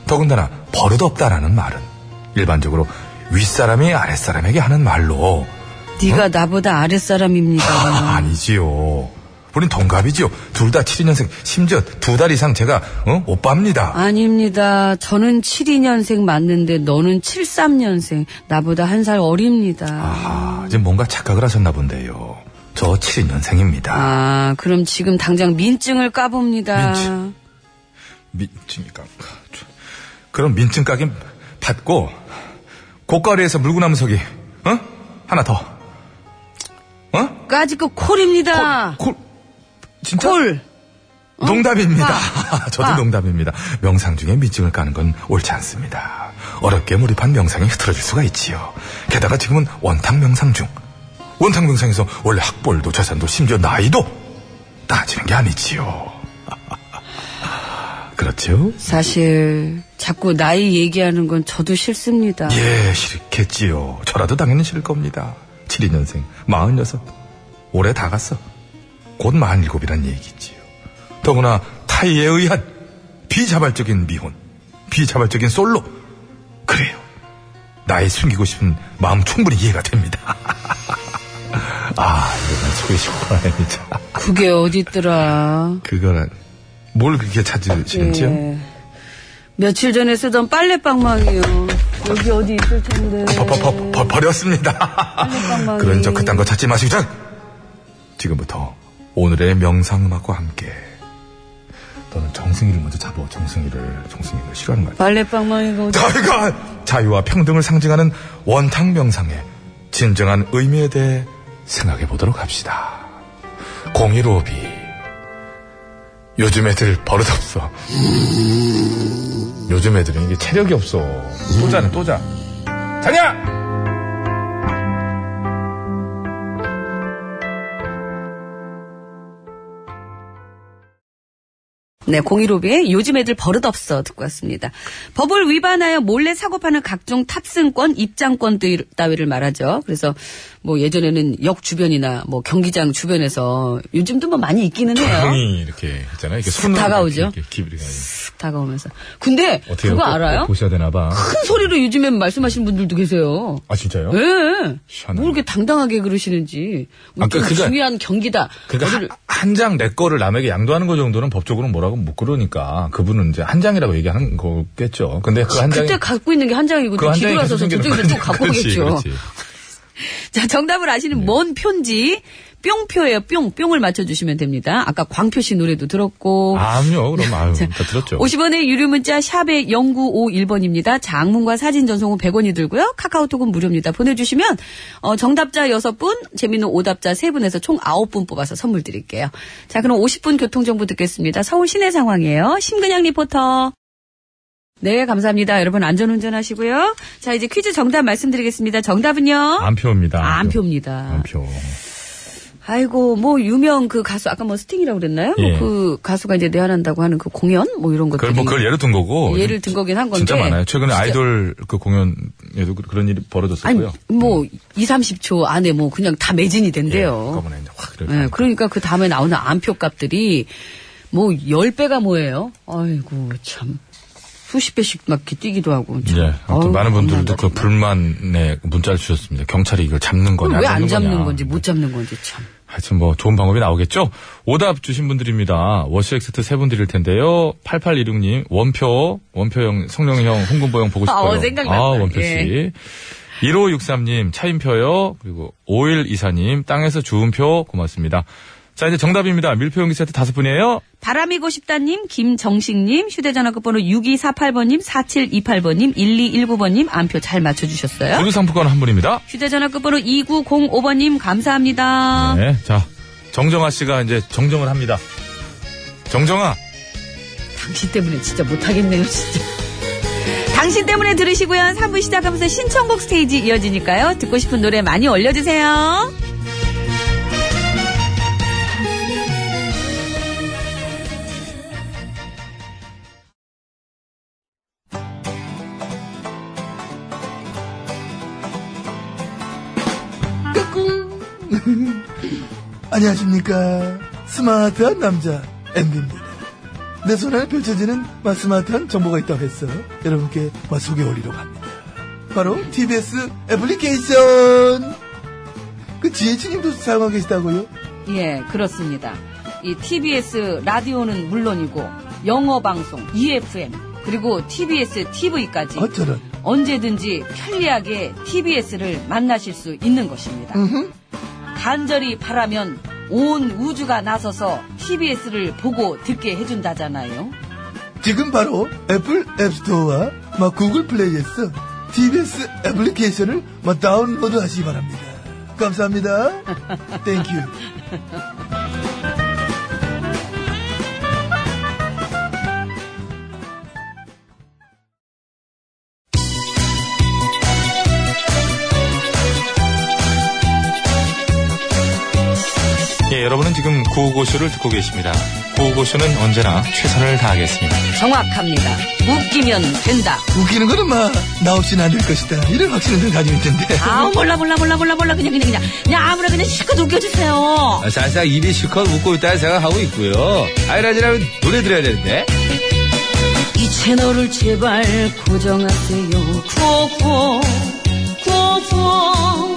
S1: 더군다나 버릇없다라는 말은 일반적으로 윗사람이 아랫사람에게 하는 말로
S2: 네가 나보다 아랫사람입니다.
S1: 아, 아니지요. 우린 동갑이지요. 둘 다 72년생. 심지어 두 달 이상 제가 어?
S2: 아.
S1: 오빠입니다.
S2: 아닙니다. 저는 72년생 맞는데 너는 73년생. 나보다 한 살 어립니다.
S1: 아, 지금 뭔가 착각을 하셨나 본데요. 저 72년생입니다.
S2: 아, 그럼 지금 당장 민증을 까봅니다.
S1: 민증. 민증이 까. 그럼 민증 까긴 받고 고가리에서 물구나무서기. 어? 하나 더. 어?
S2: 까짓 거 콜입니다.
S1: 콜. 진짜? 어?
S2: 콜.
S1: 농담입니다.
S2: 아.
S1: 저도
S2: 아.
S1: 농담입니다. 명상 중에 민증을 까는 건 옳지 않습니다. 어렵게 몰입한 명상이 흐트러질 수가 있지요. 게다가 지금은 원탁 명상 중. 원탁 명상에서 원래 학벌도 재산도 심지어 나이도 따지는 게 아니지요. 그렇죠?
S2: 사실 자꾸 나이 얘기하는 건 저도 싫습니다.
S1: 예, 싫겠지요. 저라도 당연히 싫을 겁니다. 72년생, 46. 올해 다 갔어. 곧 47이란 얘기지요. 더구나 타이에 의한 비자발적인 미혼, 비자발적인 솔로. 그래요. 나이 숨기고 싶은 마음 충분히 이해가 됩니다. 아, 이거 난 속이 시원하네, 진짜.
S2: 그게 어딨더라.
S1: 그거는 뭘 그렇게 찾으시는지요?
S2: 예. 며칠 전에 쓰던 빨래방망이요. 여기 어디 있을 텐데.
S1: 버, 버, 버, 버, 버렸습니다.
S2: 깜빡이.
S1: 그런 저 그딴 거 찾지 마시고 자! 지금부터 오늘의 명상 음악과 함께 너는 정승이를 먼저 잡아 정승이를 정승이를 싫어하는 거야.
S2: 빨래방망이가 어디?
S1: 자유가 자유와 평등을 상징하는 원탁 명상의 진정한 의미에 대해 생각해 보도록 합시다. 공일오비 요즘 애들 버릇 없어. 요즘 애들은 이게 체력이 없어. 또 자는 또 자. 자냐!
S2: 네, 015B의 요즘 애들 버릇없어 듣고 왔습니다. 법을 위반하여 몰래 사고파는 각종 탑승권, 입장권 따위를 말하죠. 그래서 뭐 예전에는 역 주변이나 뭐 경기장 주변에서 요즘도 뭐 많이 있기는 해요.
S1: 형이 이렇게 있잖아요. 이렇게 손으로
S2: 다가오죠?
S1: 이렇게, 이렇게 기분이
S2: 쓱 다가오면서. 근데
S1: 어떻게
S2: 그거
S1: 꼭
S2: 알아요?
S1: 보셔야 되나 봐.
S2: 큰 소리로 요즘엔 말씀하시는 분들도 계세요.
S1: 아 진짜요?
S2: 예.
S1: 희한하네.
S2: 뭐 이렇게 당당하게 그러시는지. 뭐
S1: 아까
S2: 좀
S1: 그거-
S2: 중요한 경기다.
S1: 그러니까 한 장 내 거를 남에게 양도하는 거 정도는 법적으로 뭐라고 못 그러니까 그분은 이제 한 장이라고 얘기하는 거겠죠. 근데 그 한 장이
S2: 그때 갖고 있는 게 한 장이고
S1: 그한 장이
S2: 뒤돌아서서
S1: 계속 생기는
S2: 저쪽에서 또
S1: 거니까.
S2: 갖고
S1: 그렇지,
S2: 오겠죠.
S1: 그렇지.
S2: 자, 정답을 아시는
S1: 네.
S2: 뭔 표인지 뿅표예요. 뿅. 뿅을 맞춰주시면 됩니다. 아까 광표 씨 노래도 들었고.
S1: 아니요,
S2: 네.
S1: 그렇죠. 그럼 아유, 다 들었죠.
S2: 50원의 유료 문자 샵의 0951번입니다. 장문과 사진 전송은 100원이 들고요. 카카오톡은 무료입니다. 보내주시면 어, 정답자 6분, 재미있는 오답자 3분에서 총 9분 뽑아서 선물 드릴게요. 자 그럼 50분 교통정보 듣겠습니다. 서울 시내 상황이에요. 심근양 리포터. 네, 감사합니다. 여러분 안전운전 하시고요. 자 이제 퀴즈 정답 말씀드리겠습니다. 정답은요. 아,
S1: 안표입니다.
S2: 안표입니다.
S1: 아,
S2: 아,
S1: 안표.
S2: 아이고 뭐 유명 그 가수 아까 뭐 스팅이라고 그랬나요?
S1: 예.
S2: 그 가수가 이제 내한한다고 하는 그 공연 뭐 이런 것들이
S1: 그걸 뭐 그걸 예로 든 거고.
S2: 예를 든 거긴 한 건데.
S1: 진짜 많아요. 최근에 아이돌 그 공연에도 그- 그런 일이
S2: 아니,
S1: 벌어졌었고요.
S2: 뭐, 2, 30초 안에 뭐, 그냥 다 매진이 된대요.
S1: 번에 네, 이제 확
S2: 예,
S1: 이렇게. 하니까.
S2: 그러니까 그 다음에 나오는 안표 값들이 뭐, 10배가 뭐예요? 아이고, 참. 수십 배씩 막 이렇게 뛰기도 하고. 참.
S1: 예, 아무튼
S2: 어우,
S1: 많은 분들도 그
S2: 겁난다,
S1: 불만의 문자를 주셨습니다. 경찰이 이걸 잡는 거냐,
S2: 정말.
S1: 안
S2: 왜안
S1: 잡는
S2: 잡는
S1: 거냐.
S2: 건지, 못 잡는 건지, 참.
S1: 하여튼 뭐 좋은 방법이 나오겠죠? 오답 주신 분들입니다. 워시액 세트 세 분 드릴 텐데요. 8826님, 원표, 원표형, 성룡형, 홍금보형 보고
S2: 아,
S1: 싶어요.
S2: 어, 생각났다.
S1: 아, 원표씨.
S2: 예.
S1: 1563님, 차임표요. 그리고 5124님, 땅에서 주음표. 고맙습니다. 자, 이제 정답입니다. 밀표용기 세트 다섯 분이에요.
S2: 어? 바람이고 싶다님, 김정식님, 휴대전화 끝번호 6248번님, 4728번님, 1219번님, 안표 잘 맞춰주셨어요.
S1: 모두 상품권 한 분입니다.
S2: 휴대전화 끝번호 2905번님, 감사합니다.
S1: 네. 자, 정정아 씨가 이제 정정을 합니다. 정정아.
S2: 네. 당신 때문에 진짜 못하겠네요, 진짜. 당신 때문에 들으시고요. 3부 시작하면서 신청곡 스테이지 이어지니까요. 듣고 싶은 노래 많이 올려주세요.
S6: 안녕하십니까. 스마트한 남자, 엠비입니다. 내 손안에 펼쳐지는 마, 스마트한 정보가 있다고 해서 여러분께 마, 소개해드리려고 합니다. 바로 TBS 애플리케이션! 그 지혜진님도 사용하고 계시다고요?
S2: 예, 그렇습니다. 이 TBS 라디오는 물론이고, 영어 방송, EFM, 그리고 TBS TV까지
S6: 어쩌면
S2: 언제든지 편리하게 TBS를 만나실 수 있는 것입니다. 간절히 바라면 온 우주가 나서서 TBS를 보고 듣게 해준다잖아요.
S6: 지금 바로 애플 앱스토어와 마, 구글 플레이에서 TBS 애플리케이션을 마, 다운로드 하시기 바랍니다. 감사합니다. 땡큐.
S1: 예, 여러분은 지금 구호고쇼를 듣고 계십니다. 구호고쇼는 언제나 최선을 다하겠습니다.
S2: 정확합니다. 웃기면 된다.
S6: 웃기는 거는 마, 나 없이는 안 될 것이다. 이런 확신을 늘 가지고 있던데.
S2: 아 몰라 몰라 몰라 몰라 몰라 그냥 그냥 그냥 그냥 아무나 그냥 실컷 웃겨주세요.
S8: 아, 사실상 입이 실컷 웃고 있다는 생각하고 있고요. 아이라지라면 노래 들어야 되는데.
S2: 이 채널을 제발 고정하세요. 구호구호 구호구호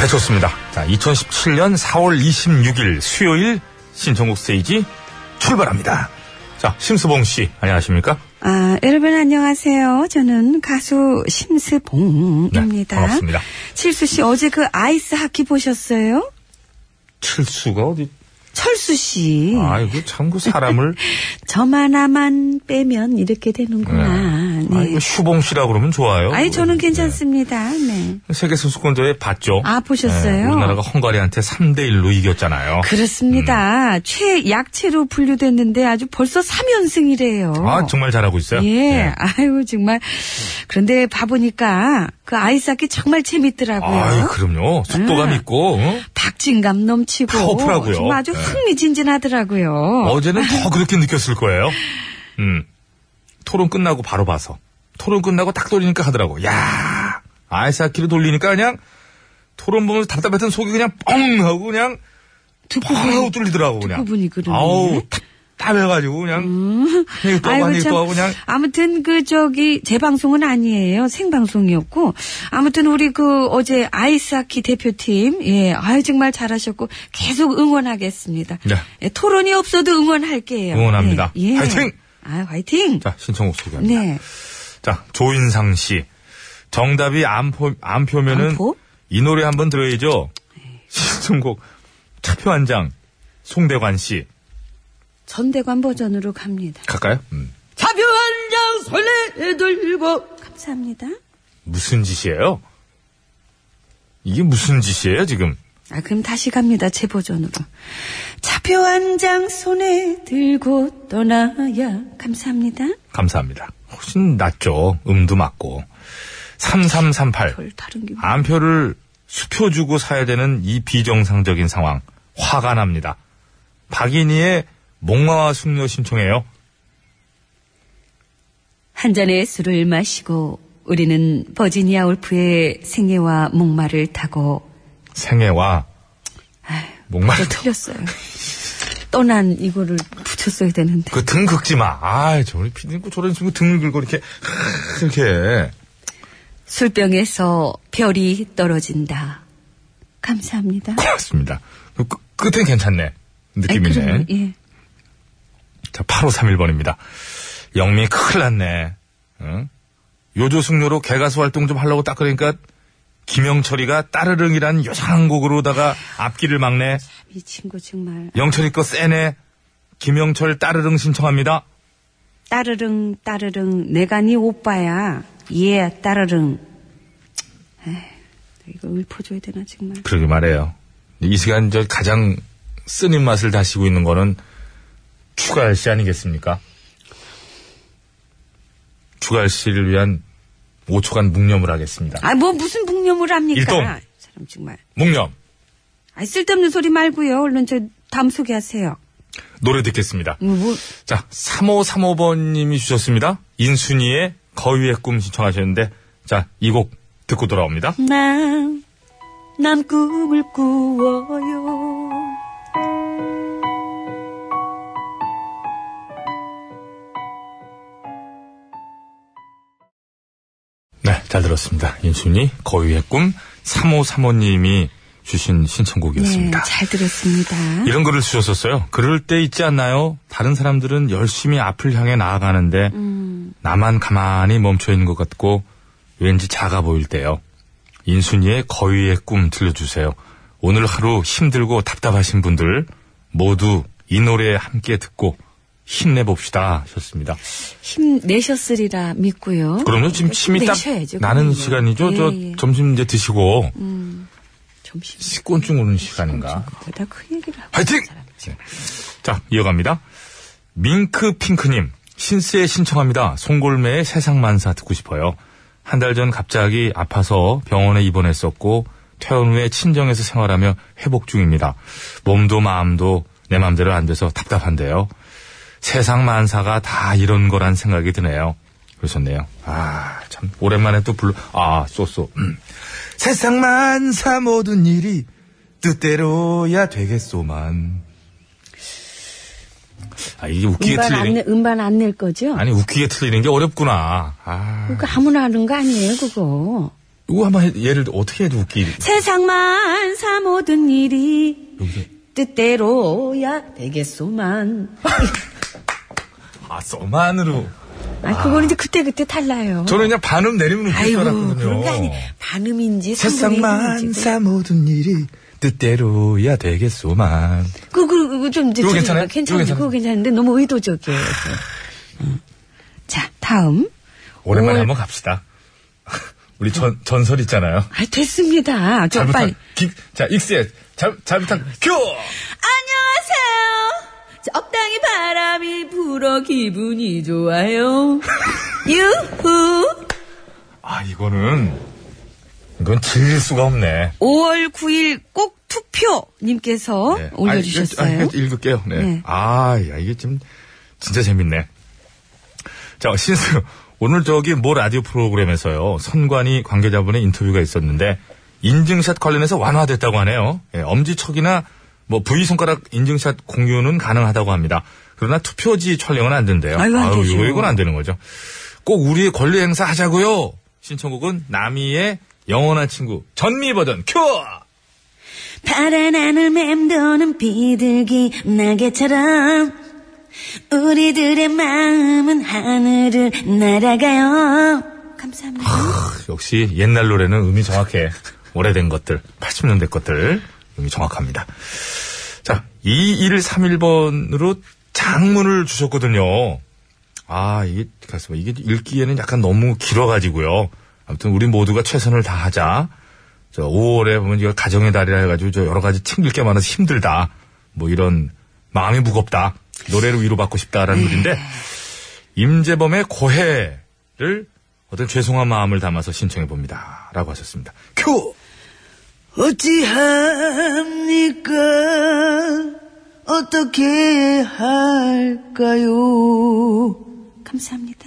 S1: 배쳤습니다. 자, 2017년 4월 26일 수요일 신청곡 스테이지 출발합니다. 자, 심수봉 씨, 안녕하십니까?
S9: 아, 여러분 안녕하세요. 저는 가수 심스봉입니다.
S1: 네, 반갑습니다.
S9: 칠수 씨 어제 그 아이스 하키 보셨어요?
S1: 칠수가 어디?
S9: 철수 씨.
S1: 아이고 참 그 사람을
S9: 점 하나만 빼면 이렇게 되는구나. 네.
S1: 아이고 슈봉씨라 그러면 좋아요.
S9: 아니 저는 괜찮습니다. 네.
S1: 세계 선수권대회 봤죠.
S9: 아 보셨어요?
S1: 네, 우리나라가 음. 헝가리한테 3대 1로 이겼잖아요.
S9: 그렇습니다. 최약체로 분류됐는데 아주 벌써 3연승이래요.
S1: 아 정말 잘하고 있어요.
S9: 예,
S1: 네.
S9: 아유 정말. 그런데 봐보니까 그 아이스하키 정말 재밌더라고요. 아.
S1: 아유 그럼요. 속도감 있고 어? 응?
S9: 박진감 넘치고
S1: 파워풀하고요.
S9: 정말 아주
S1: 네.
S9: 흥미진진하더라고요.
S1: 어제는 더 그렇게 느꼈을 거예요. 음. 토론 끝나고 바로 봐서. 토론 끝나고 딱 돌리니까 하더라고. 야 아이스하키를 돌리니까 그냥 토론 보면서 답답했던 속이 그냥 뻥 하고 그냥
S9: 듣고
S1: 뻥
S9: 보니,
S1: 하고 뚫리더라고 그냥.
S9: 듣고 보니 그러네. 음.
S1: 아우 답답해가지고 그냥 한 얘기 또 하고 한
S9: 아이고
S1: 얘기
S9: 참.
S1: 또 하고 그냥
S9: 아무튼 그 저기 재방송은 아니에요. 생방송이었고 아무튼 우리 그 어제 아이스하키 대표팀 예, 아유 정말 잘하셨고 계속 응원하겠습니다.
S1: 네.
S9: 예, 토론이 없어도 응원할게요.
S1: 응원합니다.
S9: 예, 예.
S1: 화이팅!
S9: 아 화이팅.
S1: 자 신청곡 소개합니다.
S9: 네.
S1: 자 조인상 씨 정답이 안포 안표면은
S9: 안포?
S1: 이 노래 한번 들어야죠. 신청곡 차표 한 장 송대관 씨
S9: 전대관 버전으로 갑니다.
S1: 갈까요? 음.
S2: 자표 한장 설레 들고
S9: 감사합니다.
S1: 무슨 짓이에요? 이게 무슨 짓이에요 지금?
S9: 아, 그럼 다시 갑니다. 제 버전으로. 차표 한 장 손에 들고 떠나야. 감사합니다.
S1: 감사합니다. 훨씬 낫죠. 음도 맞고 3338
S9: 별 다른 게.
S1: 안표를 수표 주고 사야 되는 이 비정상적인 상황 화가 납니다. 박인희의 목마와 숙녀 신청해요.
S9: 한 잔의 술을 마시고 우리는 버지니아 울프의 생애와 목마를 타고
S1: 생애와 목마
S9: 또 틀렸어요. 떠난 이거를 붙였어야 되는데.
S1: 그등 긁지 마. 아, 저리 피디님 저런 친구 등을 긁고 이렇게 이렇게
S9: 술병에서 별이 떨어진다. 감사합니다.
S1: 고맙습니다. 그 끝- 끝은 괜찮네.
S9: 아이,
S1: 느낌이네.
S9: 그럼요. 예.
S1: 자, 8531번입니다. 영미 큰일 났네. 응? 요조 숙녀로 개가수 활동 좀 하려고 딱 그러니까 김영철이가 따르릉이란 요상한 곡으로다가 앞길을 막네.
S9: 이 친구 정말
S1: 영철이 거 세네. 김영철 따르릉 신청합니다.
S9: 따르릉 따르릉 내가 네 오빠야 예 따르릉 에이, 이거 읊어줘야 되나 정말
S1: 그러게 말해요. 이 시간 저 가장 쓴 입맛을 다시고 있는 거는 추가열 씨 아니겠습니까? 추가열 씨를 위한 5초간 묵념을 하겠습니다.
S9: 아 뭐 무슨 북념을 합니까
S1: 일동.
S9: 사람 정말
S1: 묵념!
S9: 아 쓸데없는 소리 말고요 얼른 저 다음 소개하세요
S1: 노래 듣겠습니다.
S9: 뭐, 뭐
S1: 자, 3535번님이 주셨습니다. 인순이의 거위의 꿈 신청하셨는데, 자, 이 곡 듣고 돌아옵니다.
S9: 난, 난 꿈을 꾸어요.
S1: 네, 잘 들었습니다. 인순이 거위의 꿈 3535님이 주신 신청곡이었습니다.
S9: 네, 잘 들었습니다.
S1: 이런 글을 쓰셨었어요. 그럴 때 있지 않나요? 다른 사람들은 열심히 앞을 향해 나아가는데
S9: 음.
S1: 나만 가만히 멈춰 있는 것 같고 왠지 작아 보일 때요. 인순이의 거위의 꿈 들려주세요. 오늘 하루 힘들고 답답하신 분들 모두 이 노래 함께 듣고 힘내봅시다 하셨습니다.
S9: 힘 내셨으리라 믿고요.
S1: 그럼요. 지금 침이 딱
S9: 네, 내셔야죠,
S1: 나는
S9: 그럼요.
S1: 시간이죠.
S9: 예,
S1: 저
S9: 예. 음.
S1: 점심 이제 드시고
S9: 점심.
S1: 식곤증 오는 시간인가.
S9: 그보다 그 얘기를 하고.
S1: 화이팅! 자, 이어갑니다. 밍크핑크님, 신스에 신청합니다. 송골매의 세상만사 듣고 싶어요. 한 달 전 갑자기 아파서 병원에 입원했었고, 퇴원 후에 친정에서 생활하며 회복 중입니다. 몸도 마음도 내 마음대로 안 돼서 답답한데요. 세상만사가 다 이런 거란 생각이 드네요. 그러셨네요. 아, 참, 오랜만에 또 불러, 아, 쏘쏘. 음. 세상만사 모든 일이 뜻대로야 되겠소만. 아, 이게 웃기게
S9: 음반 안,
S1: 틀리는,
S9: 내- 음반 안 낼 거죠?
S1: 아니, 웃기게 틀리는 게 어렵구나. 아,
S9: 그거 아무나 하는 거 아니에요, 그거.
S1: 이거 한번 해- 얘를 어떻게 해도 웃기.
S9: 세상만 사 모든 일이
S1: 여기서,
S9: 뜻대로야 되겠소만.
S1: 아, 써만으로.
S10: 아, 그건 이제 그때그때 달라요.
S1: 저는 그냥 반음 내리면 웃길 줄 알았거든요.
S10: 반음인지
S1: 세상만
S10: 상상만그
S1: 사 모든 일이 뜻대로야 되겠소만.
S10: 그, 그, 그좀 이제
S1: 이거
S10: 좀
S1: 괜찮아요?
S10: 괜찮은데
S1: 이거
S10: 그거 괜찮은데 너무 의도적이에요.
S2: 자, 다음.
S1: 오랜만에 한번 갑시다. 우리 전, 전설 있잖아요.
S10: 아 됐습니다. 저
S1: 잘 부탁.
S10: 빨리
S1: 기, 자, 익스에 잘, 잘 부탁. 큐!
S2: 안녕하세요. 적당히 바람이 불어 기분이 좋아요. 유후.
S1: 아, 이거는, 이건 질릴 수가 없네.
S2: 5월 9일 꼭 투표님께서
S1: 네.
S2: 어? 올려주셨어요.
S1: 아, 읽- 아, 읽을게요. 네.
S2: 네.
S1: 아, 야, 이게 지금 진짜 재밌네. 자, 신수. 오늘 저기 모 라디오 프로그램에서요. 선관위 관계자분의 인터뷰가 있었는데 인증샷 관련해서 완화됐다고 하네요. 예, 엄지척이나 뭐 부위 손가락 인증샷 공유는 가능하다고 합니다. 그러나 투표지 촬영은 안 된대요.
S2: 아, 이거 안 되죠.
S1: 이거, 이건 안 되는 거죠. 꼭 우리의 권리 행사 하자고요. 신청곡은 남이의 영원한 친구 전미 버전 큐!
S9: 파란 하늘 맴도는 비둘기 날개처럼 우리들의 마음은 하늘을 날아가요. 감사합니다.
S1: 아, 역시 옛날 노래는 음이 정확해. 오래된 것들, 80년대 것들 음이 정확합니다. 자, 2131번으로 장문을 주셨거든요. 아, 이게, 가슴, 이게 읽기에는 약간 너무 길어가지고요. 아무튼 우리 모두가 최선을 다하자. 저 5월에 보면 이거 가정의 달이라 해가지고 저 여러 가지 챙길 게 많아서 힘들다. 뭐 이런 마음이 무겁다. 노래로 위로받고 싶다라는 글인데 임재범의 고해를 어떤 죄송한 마음을 담아서 신청해 봅니다. 라고 하셨습니다. 큐!
S11: 어찌합니까? 어떻게 할까요?
S9: 감사합니다.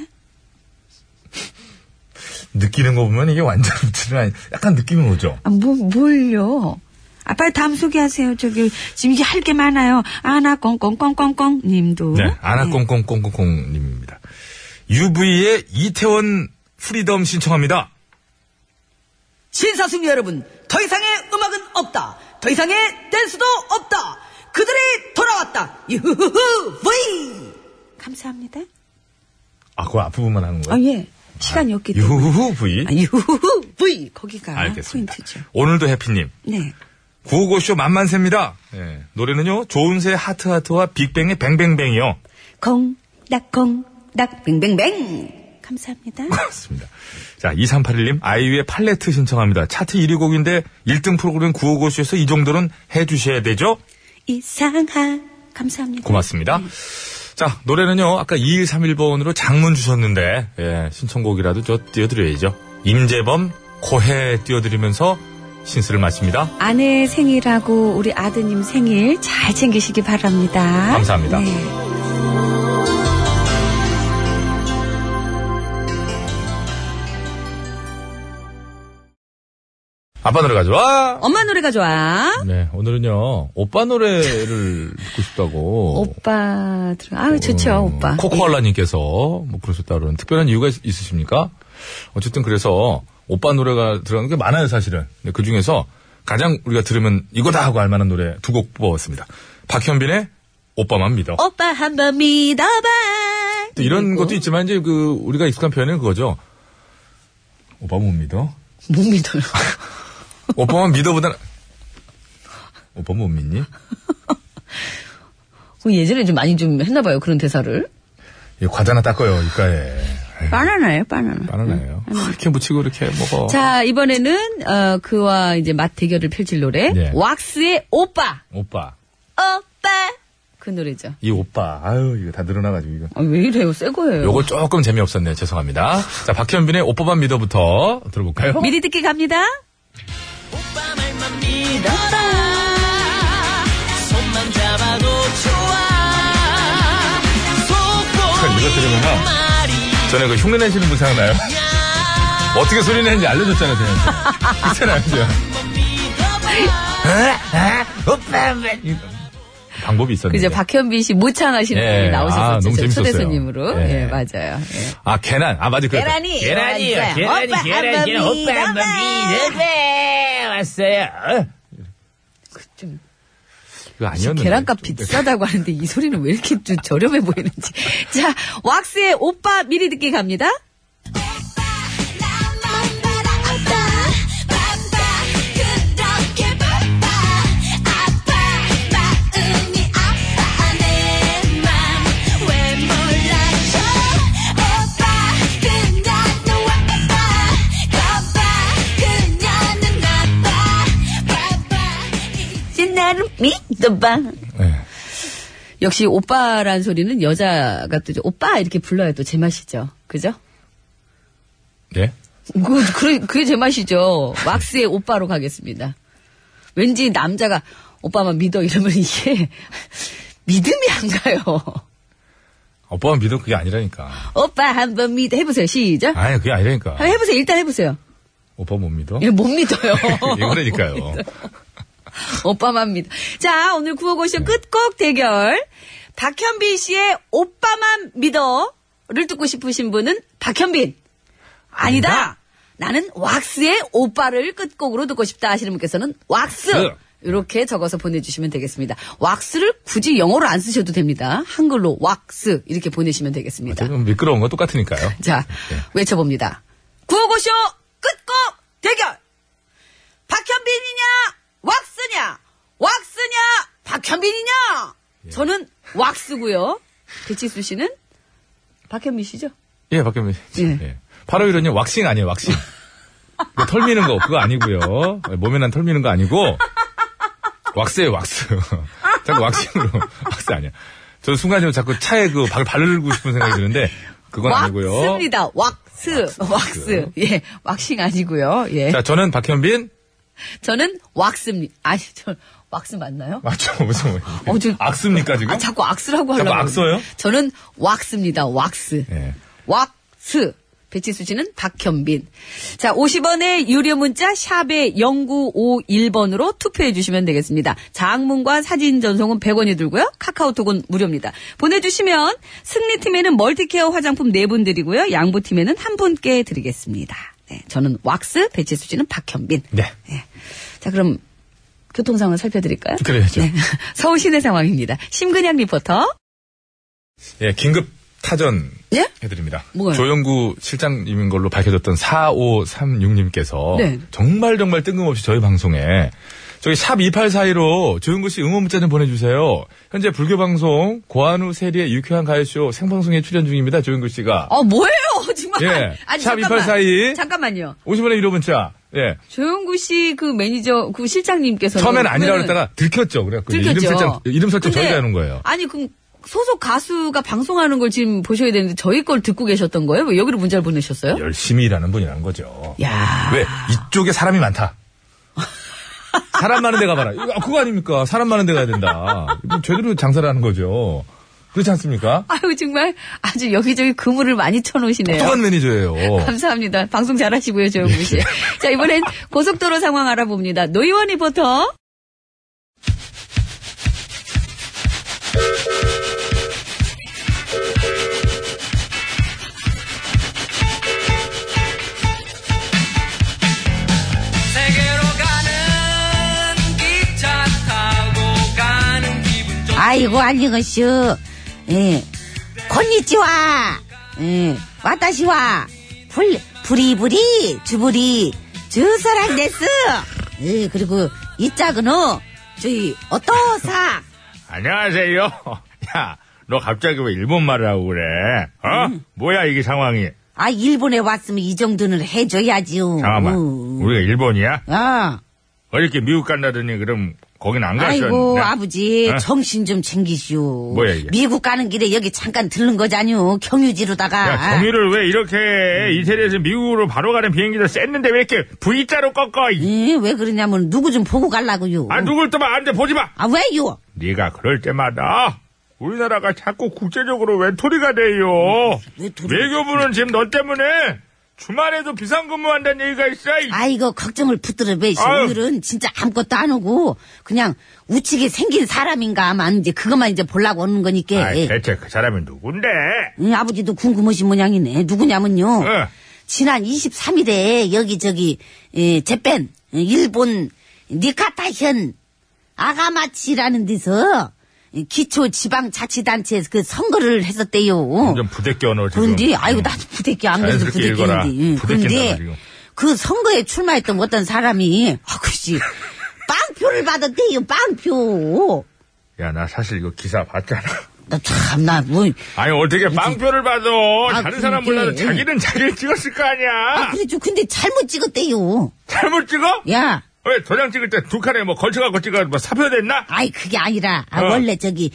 S1: 느끼는 거 보면 이게 완전 틀은 아니, 약간 느낌이 오죠?
S2: 아, 뭐, 뭘요? 아, 빨리 다음 소개하세요. 저기, 지금 이게 할 게 많아요. 아나, 꽁꽁꽁꽁꽁 님도.
S1: 네. 아나콩콩콩콩콩님입니다. UV의 이태원 프리덤 신청합니다.
S12: 신사숙녀 여러분, 더 이상의 음악은 없다. 더 이상의 댄스도 없다. 그들이 돌아왔다. 유후후후, 브이!
S2: 감사합니다.
S1: 아, 그 앞부분만 하는
S2: 아,
S1: 거예요?
S2: 예. 시간이 없기 때문에.
S1: 아, 유후후 V.
S2: 아, 유후후, V! 거기가
S1: 알겠습니다.
S2: 포인트죠.
S1: 오늘도 해피님.
S2: 네.
S1: 구호고쇼 만만세입니다. 예, 노래는요, 조은세 하트하트와 빅뱅의 뱅뱅뱅이요.
S9: 콩, 닥, 콩, 닥, 뱅뱅뱅. 감사합니다.
S1: 맞습니다. 자, 2381님, 아이유의 팔레트 신청합니다. 차트 1위 곡인데 1등 프로그램 955쇼에서 이 정도는 해주셔야 되죠?
S9: 이상하. 감사합니다.
S1: 고맙습니다. 자, 노래는요, 아까 2131번으로 장문 주셨는데, 예, 신청곡이라도 저 띄워드려야죠. 임재범, 고해 띄워드리면서 신스를 마칩니다.
S2: 아내 생일하고 우리 아드님 생일 잘 챙기시기 바랍니다.
S1: 감사합니다.
S2: 네.
S1: 아빠 노래 가져와!
S2: 엄마 노래가 좋아.
S1: 네, 오늘은요, 오빠 노래를 듣고 싶다고.
S2: 오빠 들어. 아유, 좋죠,
S1: 음,
S2: 오빠.
S1: 코코알라님께서 뭐 그러셨다 그러는 특별한 이유가 있, 으십니까 어쨌든 그래서 오빠 노래가 들어가는 게 많아요 사실은. 근데 그 중에서 가장 우리가 들으면 이거다 하고 알만한 노래 두 곡 뽑아봤습니다. 박현빈의 오빠만 믿어.
S2: 오빠 한번 믿어봐.
S1: 또 이런 것도 있지만 이제 그 우리가 익숙한 표현은 그거죠. 오빠 못 믿어.
S2: 못 믿어요.
S1: 오빠만 믿어보다는 오빠 못 믿니?
S2: 그 예전에 좀 많이 좀 했나봐요, 그런 대사를.
S1: 이 과자나 닦아요 이가에
S2: 바나나예요, 바나나.
S1: 바나나예요. 이렇게 묻히고 이렇게 먹어.
S2: 음. 자, 이번에는, 어, 그와 이제 맛 대결을 펼칠 노래.
S1: 네.
S2: 왁스의 오빠.
S1: 오빠
S2: 오빠. 그 노래죠.
S1: 이 오빠 아유 이거 다 늘어나가지고 이거.
S2: 아, 왜 이래요, 새 거예요.
S1: 요거 조금 재미없었네요. 죄송합니다. 자, 박현빈의 오빠만 믿어부터 들어볼까요?
S2: 미리 듣기 갑니다.
S1: 네. 잠깐 이거 들으면 전에 그 흉내 내시는 분 생각나요? 어떻게 소리 내는지 알려줬잖아요, 저희한테. 그렇잖아요, 그죠? 오빠만 믿어. 방법이 있었는데.
S2: 그죠, 박현빈 씨 모창하시는
S1: 예,
S2: 분이
S1: 아,
S2: 나오셨었죠.
S1: 너무
S2: 지금 초대
S1: 재밌었어요.
S2: 손님으로.
S1: 예.
S2: 예, 맞아요. 예.
S1: 아, 계란. 아, 맞아.
S2: 계란이
S1: 계란이요.
S2: 왔어요.
S1: 계란이,
S2: 오빠
S1: 계란이,
S2: 한번
S1: 계란. 오빠 한번
S2: 네. 믿어봐.
S1: 네. 믿어봐. 왔어요. 어?
S2: 좀
S1: 이거 아니었는데.
S2: 계란값 비싸다고 하는데 이 소리는 왜 이렇게 좀 저렴해 보이는지. 자, 왁스의 오빠 미리 듣기 갑니다.
S9: 신나는 믿어봐.
S1: 네.
S2: 역시 오빠란 소리는 여자가 또 이제 오빠 이렇게 불러야 또 제맛이죠. 그죠?
S1: 예?
S2: 그, 그래, 그게 제 맛이죠. 왁스의 오빠로 가겠습니다. 왠지 남자가 오빠만 믿어 이러면 이게 믿음이 안 가요.
S1: 오빠만 믿어 그게 아니라니까.
S2: 오빠 한번 믿어 해보세요. 시작.
S1: 아니 그게 아니라니까.
S2: 한번 해보세요. 일단 해보세요.
S1: 오빠 못 믿어?
S2: 이거 못 믿어요.
S1: 이거라니까요.
S2: 네.
S1: 아,
S2: 오빠만 믿어. 자, 오늘 구호고쇼 끝곡 대결. 박현빈 씨의 오빠만 믿어를 듣고 싶으신 분은 박현빈. 아니다.
S1: 아니다.
S2: 나는 왁스의 오빠를 끝곡으로 듣고 싶다 하시는 분께서는 왁스.
S1: 왁스.
S2: 이렇게 적어서 보내주시면 되겠습니다. 왁스를 굳이 영어로 안 쓰셔도 됩니다. 한글로 왁스 이렇게 보내시면 되겠습니다.
S1: 지금 미끄러운 건 똑같으니까요.
S2: 자,
S1: 네.
S2: 외쳐봅니다. 구호고쇼 끝곡 대결! 박현빈이냐, 왁스냐, 왁스냐, 박현빈이냐!
S1: 예.
S2: 저는 왁스고요 배치수 씨는 박현빈 씨죠?
S1: 예, 박경민 씨.
S2: 예.
S1: 예. 바로 이러니 왁싱 아니에요, 왁싱. 그털 미는 거, 그거 아니고요. 예, 몸에 난 털 미는 거 아니고, 왁스예요, 왁스. 자꾸 왁싱으로. 왁스 아니야. 저 순간적으로 자꾸 차에 그 발, 바르고 싶은 생각이 드는데, 그건 아니고요.
S2: 왁스입니다. 왁스, 왁스. 예, 왁싱 아니고요. 예.
S1: 자, 저는 박현빈.
S2: 저는 왁스입니다. 아니, 저 왁스 맞나요?
S1: 맞죠? 무슨 뭐.
S2: 어, 저-
S1: 악스입니까, 지금?
S2: 아, 자꾸
S1: 자꾸
S2: 악스라고 하려고.
S1: 악서요?
S2: 그러는데. 저는 왁스입니다. 왁스.
S1: 예.
S2: 왁스. 배치수 씨는 박현빈. 자, 50원의 유료 문자 샵에 0951번으로 투표해 주시면 되겠습니다. 장문과 사진 전송은 100원이 들고요. 카카오톡은 무료입니다. 보내주시면 승리팀에는 멀티케어 화장품 4분 드리고요. 양보팀에는 한 분께 드리겠습니다. 네, 저는 왁스, 배치수 씨는 박현빈.
S1: 네.
S2: 자, 그럼 교통 상황 살펴드릴까요?
S1: 그래야죠.
S2: 네. 서울 시내 상황입니다. 심근양 리포터.
S1: 예, 긴급 타전
S2: 예?
S1: 해드립니다.
S2: 뭐가요?
S1: 조영구 실장님인 걸로 밝혀졌던 4536님께서
S2: 네.
S1: 정말 정말 뜬금없이 저희 방송에 저기 샵 2842로 조영구 씨 응원 문자 좀 보내주세요. 현재 불교 방송 고한우 세리의 유쾌한 가요쇼 생방송에 출연 중입니다. 조영구 씨가
S2: 어, 뭐예요, 정말.
S1: 예.
S2: 아니,
S1: 샵
S2: 잠깐만.
S1: 2842.
S2: 잠깐만요.
S1: 50원의 유료 문자. 예.
S2: 조영구 씨 그 매니저, 그 실장님께서.
S1: 처음엔 아니라 그랬다가 들켰죠. 그래갖고 이제 이름 설정 이름 설정 저희가 하는 거예요.
S2: 아니, 그럼 소속 가수가 방송하는 걸 지금 보셔야 되는데 저희 걸 듣고 계셨던 거예요? 왜 여기로 문자를 보내셨어요?
S1: 열심히 일하는 분이라는 거죠.
S2: 야
S1: 왜
S9: 아.
S1: 이쪽에 사람이 많다. 사람 많은 데 가봐라. 이거 그거 아닙니까? 사람 많은 데 가야 된다. 이거 제대로 장사를 하는 거죠. 그렇지 않습니까?
S2: 아유, 정말 아주 여기저기 그물을 많이 쳐놓으시네요.
S1: 똑똑한 매니저예요.
S2: 감사합니다. 방송 잘하시고요, 조영구 씨. 자, 이번엔 고속도로 상황 알아봅니다. 노희원 리포터.
S9: 아이고, 안녕하쇼. 뭐 예. 콘니치와. 예. 와타시와. 불, 부리부리, 주부리, 주사랑 데스. 예, 그리고, 이 짝은, 어, 저희, 어떠사.
S1: 안녕하세요. 야, 너 갑자기 왜 일본 말을 하고 그래? 어?
S9: 음.
S1: 뭐야 이게 상황이?
S9: 아, 일본에 왔으면 이 정도는 해줘야지요. 음.
S1: 잠깐만. 우리가 일본이야?
S9: 아,
S1: 어저께 미국 간다더니 그럼 거긴 안 갔어.
S9: 아이고, 아버지,
S1: 어?
S9: 정신 좀 챙기시오.
S1: 뭐야, 이게?
S9: 미국 가는 길에 여기 잠깐 들른 거잖요. 경유지로다가.
S1: 야, 경유를 왜 이렇게 해?
S9: 음.
S1: 이태리에서 미국으로 바로 가는 비행기도 쎘는데 왜 이렇게 V자로 꺾어? 이-
S9: 예, 왜 그러냐면, 누구 좀 보고 가려고요.
S1: 아, 누굴 떠봐. 안 돼, 보지 마!
S9: 아, 왜요?
S1: 네가 그럴 때마다 우리나라가 자꾸 국제적으로 외톨이가 돼요.
S9: 외톨이?
S1: 외교부는 지금 너 때문에 주말에도 비상근무한다는 얘기가 있어. 이-
S9: 아이고 걱정을 붙들어 매시
S1: 아유.
S9: 오늘은 진짜 아무것도 안 오고 그냥 우측에 생긴 사람인가 하면 이제 그것만 이제 보려고 오는 거니까
S1: 아이, 대체 그 사람이 누군데?
S9: 응, 아버지도 궁금하신 모양이네 누구냐면요
S1: 예.
S9: 지난 23일에 여기저기 예, 재팬 예, 일본 니카타현 아가마치라는 데서 기초 지방 자치단체에서 그 선거를 했었대요.
S1: 좀 부대껴 넣어 지금.
S9: 그런데 아이고 나도 부대끼 안 그래도
S1: 자연스럽게 읽어라.
S9: 부대끼는데 예,
S1: 부대낀다고,
S9: 그런데
S1: 지금.
S9: 그 선거에 출마했던 어떤 사람이 아 그지 빵표를 받았대요 빵표
S1: 야, 나 사실 이거 기사 봤잖아.
S9: 나 참나 뭐
S1: 아니, 어떻게 빵표를 받아.
S9: 아,
S1: 다른 사람
S9: 그게.
S1: 몰라도 자기는 자기를 찍었을 거 아니야.
S9: 아, 그래죠 예. 근데 잘못 찍었대요
S1: 잘못 찍어?
S9: 야
S1: 왜 도장 찍을 때 두 칸에 뭐 걸쳐갖고 찍어 뭐 사표됐나?
S9: 아이 그게 아니라 아,
S1: 어.
S9: 원래 저기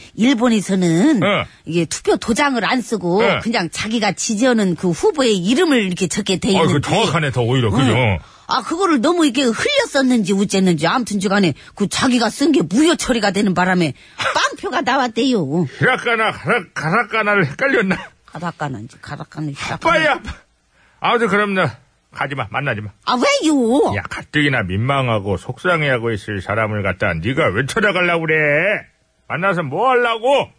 S9: 일본에서는
S1: 어.
S9: 이게 투표 도장을 안 쓰고
S1: 어.
S9: 그냥 자기가 지지하는 그 후보의 이름을 이렇게 적게 돼
S1: 아,
S9: 있는데
S1: 그 정확하네, 더 오히려, 그죠?
S9: 응. 아, 그거를 너무 이게 흘렸었는지 어쨌는지 아무튼 저간에 그 자기가 쓴 게 무효 처리가 되는 바람에 빵표가 나왔대요.
S1: 히라카나, 가라, 가라카나를 헷갈렸나?
S9: 가락가는지 가락가는지.
S1: 빨리 아파. 아무튼 그럼 나 가지마, 만나지마.
S9: 아, 왜요?
S1: 야, 가뜩이나 민망하고 속상해하고 있을 사람을 갖다 네가 왜 찾아가려고 그래? 만나서 뭐 하려고?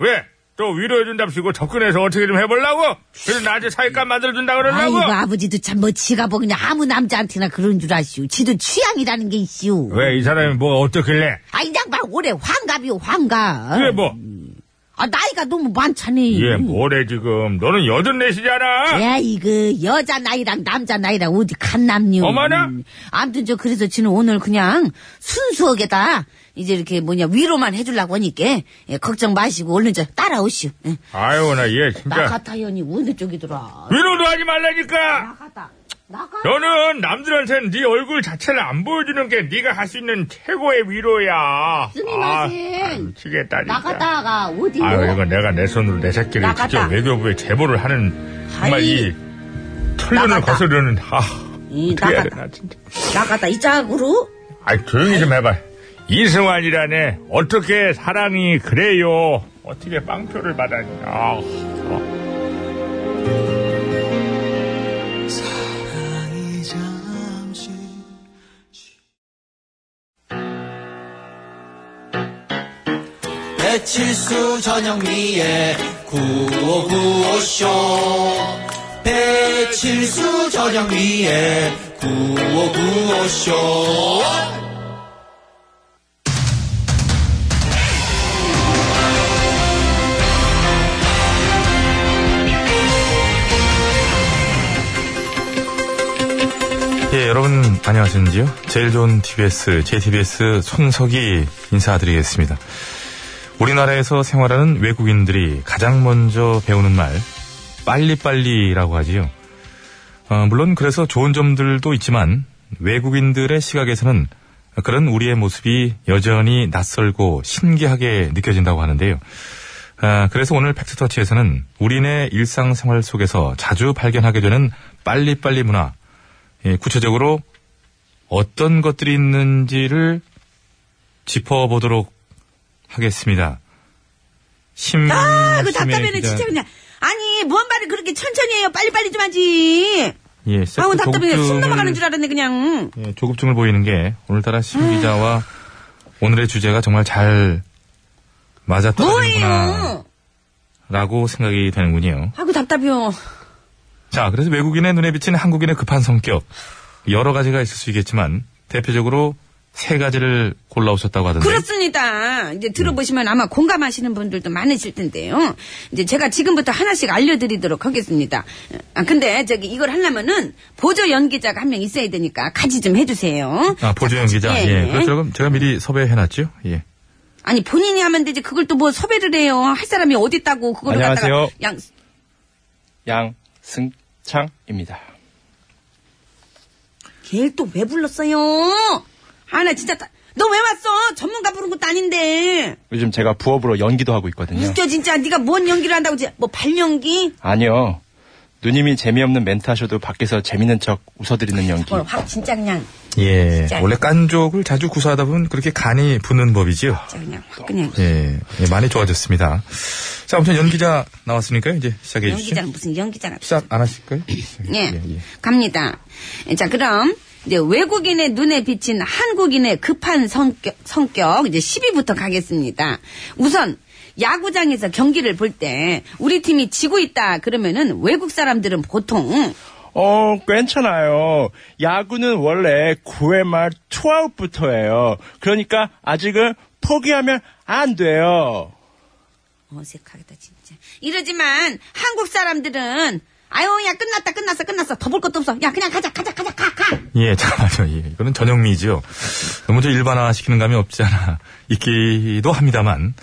S1: 왜? 또 위로해준답시고 접근해서 어떻게 좀 해보려고? 그래서 나한테 사회감 만들어준다 그러려고?
S9: 아이고, 아버지도 참 뭐 지가 뭐 그냥 아무 남자한테나 그런 줄 아시오. 지도 취향이라는 게 있시오.
S1: 왜 이 사람이 뭐 어떻길래?
S9: 아, 이 양반 올해 환갑이요, 환갑.
S1: 그게 뭐?
S9: 아, 나이가 예. 너무 많잖니.
S1: 얘 예, 뭐래 지금? 너는 여든넷이잖아.
S9: 야, 이거, 여자 나이랑 남자 나이랑 어디 갓남요.
S1: 어머나?
S9: 아무튼, 저, 그래서 지는 오늘 그냥 순수하게다, 이제 이렇게 뭐냐, 위로만 해주려고 하니까, 예, 걱정 마시고, 얼른 저, 따라오시오. 예.
S1: 아유 나 얘 진짜
S9: 나가타연이 어느 쪽이더라.
S1: 위로도 하지 말라니까.
S9: 나가다. 나가.
S1: 그러니까. 너는 남들한테는 네 얼굴 자체를 안 보여주는 게 네가 할 수 있는 최고의 위로야.
S9: 스미마셍.
S1: 아, 아, 미치겠다 진짜.
S9: 나가다가 어디요?
S1: 아, 이거 내가 내 손으로 내 새끼를
S9: 나갔다.
S1: 직접 외교부에 제보를 하는 정말
S9: 아이.
S1: 이 천륜을
S9: 나갔다.
S1: 거스르는 아
S9: 이,
S1: 어떻게 해야
S9: 나갔다.
S1: 되나 진짜.
S9: 나가다 이 짝으로?
S1: 아 조용히 좀 해봐. 이승환이라네 어떻게 사랑이 그래요? 어떻게 빵표를 받았냐? 아, 어.
S13: 배칠수 전영미의 구호구호쇼 배칠수 전영미의 구호구호쇼
S2: 예, 여러분 안녕하시는지요? 제일 좋은 TBS, JTBS 손석희 인사드리겠습니다. 우리나라에서 생활하는 외국인들이 가장 먼저 배우는 말 빨리빨리라고 하지요. 어, 물론 그래서 좋은 점들도 있지만 외국인들의 시각에서는 그런 우리의 모습이 여전히 낯설고 신기하게 느껴진다고 하는데요. 아, 그래서 오늘 팩트터치에서는 우리네 일상생활 속에서 자주 발견하게 되는 빨리빨리 문화, 예, 구체적으로 어떤 것들이 있는지를 짚어보도록 하겠습니다. 심,
S14: 아,
S2: 심의
S14: 그 답답해는
S2: 기자-
S14: 진짜 그냥. 아니, 뭔 말을 그렇게 천천히 해요. 빨리빨리 좀 하지.
S2: 예,
S14: 아우, 답답해. 숨
S2: 조급증을-
S14: 넘어가는 줄 알았네, 그냥.
S2: 예, 조급증을 보이는 게 오늘따라
S14: 음.
S2: 심 기자와 오늘의 주제가 정말 잘 맞아떨어지는구나
S14: 뭐예요?
S2: 라고 생각이 되는군요.
S14: 아이고, 답답해요.
S2: 자, 그래서 외국인의 눈에 비친 한국인의 급한 성격 여러 가지가 있을 수 있겠지만 대표적으로 세 가지를 골라오셨다고 하던데
S14: 그렇습니다. 이제 들어보시면 아마 공감하시는 분들도 많으실 텐데요. 이제 제가 지금부터 하나씩 알려드리도록 하겠습니다. 아, 근데 저기 이걸 하려면은 보조 연기자가 한 명 있어야 되니까 같이 좀 해주세요.
S2: 아, 보조연 기자.
S14: 예,
S2: 예.
S14: 예.
S2: 그렇죠. 그럼 제가 미리 섭외해놨죠. 예.
S14: 아니 본인이 하면 되지 그걸 또 뭐 섭외를 해요. 할 사람이 어딨다고 그걸
S7: 안녕하세요.
S14: 갖다가 양
S7: 양승창입니다.
S14: 걔를 또 왜 불렀어요? 아 나 진짜 너 왜 왔어? 전문가 부른 것도 아닌데.
S7: 요즘 제가 부업으로 연기도 하고 있거든요.
S14: 웃겨 진짜 네가 뭔 연기를 한다고 이제 뭐 발연기?
S7: 아니요. 누님이 재미없는 멘트 하셔도 밖에서 재밌는 척 웃어드리는 연기.
S14: 뭘 확 진짜 그냥
S2: 예.
S14: 진짜.
S2: 원래 깐족을 자주 구사하다 보면 그렇게 간이 붙는 법이지요.
S14: 진짜 그냥 확
S7: 어,
S14: 그냥
S2: 예. 예, 많이 좋아졌습니다. 자, 아무튼 연기자 나왔으니까 이제 시작해 주시죠.
S14: 연기자는 무슨 연기자가
S2: 시작 안 하실까요?
S14: 예. 갑니다. 자, 그럼 이제 외국인의 눈에 비친 한국인의 급한 성격, 성격 이제 10위부터 가겠습니다. 우선 야구장에서 경기를 볼 때 우리 팀이 지고 있다 그러면은 외국 사람들은 보통
S15: 어, 괜찮아요. 야구는 원래 9회 말 투아웃부터예요. 그러니까 아직은 포기하면 안 돼요.
S14: 어색하겠다 진짜. 이러지만 한국 사람들은 아유 야 끝났다 끝났어 끝났어 더 볼 것도 없어 야 그냥 가자 가자 가자 가 가.
S1: 예, 잠깐만요. 예, 이거는 전영미죠. 너무 저 일반화 시키는 감이 없지 않아 있기도 합니다만,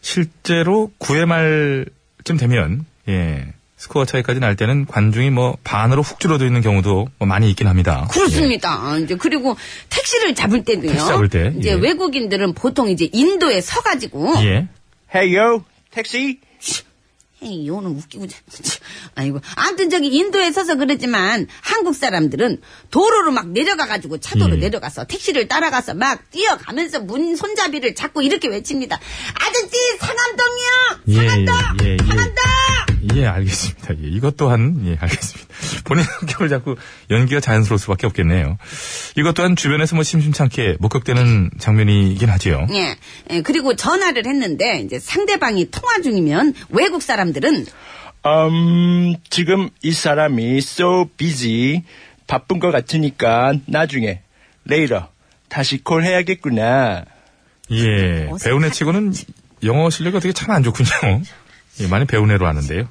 S1: 실제로 9회 말쯤 되면, 예, 스코어 차이까지 날 때는 관중이 뭐 반으로 훅 줄어도 있는 경우도 뭐 많이 있긴 합니다.
S14: 그렇습니다. 이제 그리고 택시를 잡을 때도요.
S1: 예. 택시 잡을 때,
S14: 이제
S1: 예.
S14: 외국인들은 보통 이제 인도에 서가지고
S1: 예. 예.
S15: 헤이요, 택시.
S14: 에이, 요는 웃기고 참, 참. 아이고 아무튼 저기 인도에 서서 그러지만 한국 사람들은 도로로 막 내려가가지고 차도로
S16: 예.
S14: 내려가서 택시를 따라가서 막 뛰어가면서 문 손잡이를 잡고 이렇게 외칩니다. 아저씨 상암동이요.
S1: 예, 예, 예. 예, 알겠습니다. 예, 이것 또한, 예, 알겠습니다. 본인 성격을 자꾸 연기가 자연스러울 수 밖에 없겠네요. 이것 또한 주변에서 뭐 심심찮게 목격되는 장면이긴 하지요.
S14: 예, 예, 그리고 전화를 했는데 이제 상대방이 통화 중이면 외국 사람들은
S15: 음, 지금 이 사람이 so busy, 바쁜 것 같으니까 나중에, later, 다시 콜 해야겠구나.
S1: 예, 배운 애 치고는 영어 실력이 어떻게 참 안 좋군요. 예, 많이 배운 애로 아는데요.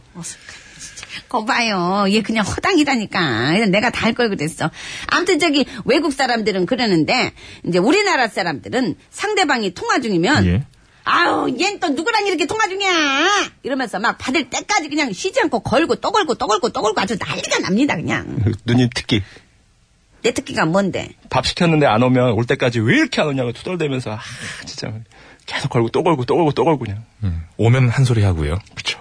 S14: 거봐요. 얘 그냥 허당이다니까. 내가 다 할 걸 그랬어. 아무튼 저기 외국 사람들은 그러는데 이제 우리나라 사람들은 상대방이 통화 중이면
S1: 예.
S14: 아우 얜 또 누구랑 이렇게 통화 중이야 이러면서 막 받을 때까지 그냥 쉬지 않고 걸고 또 걸고 또 걸고 또 걸고 아주 난리가 납니다 그냥
S15: 누님 특기.
S14: 내 특기가 뭔데
S15: 밥 시켰는데 안 오면 올 때까지 왜 이렇게 안 오냐고 투덜대면서, 아, 진짜. 계속 걸고 또 걸고 또 걸고 또 걸고 그냥.
S1: 예, 오면 한 소리 하고요. 그렇죠.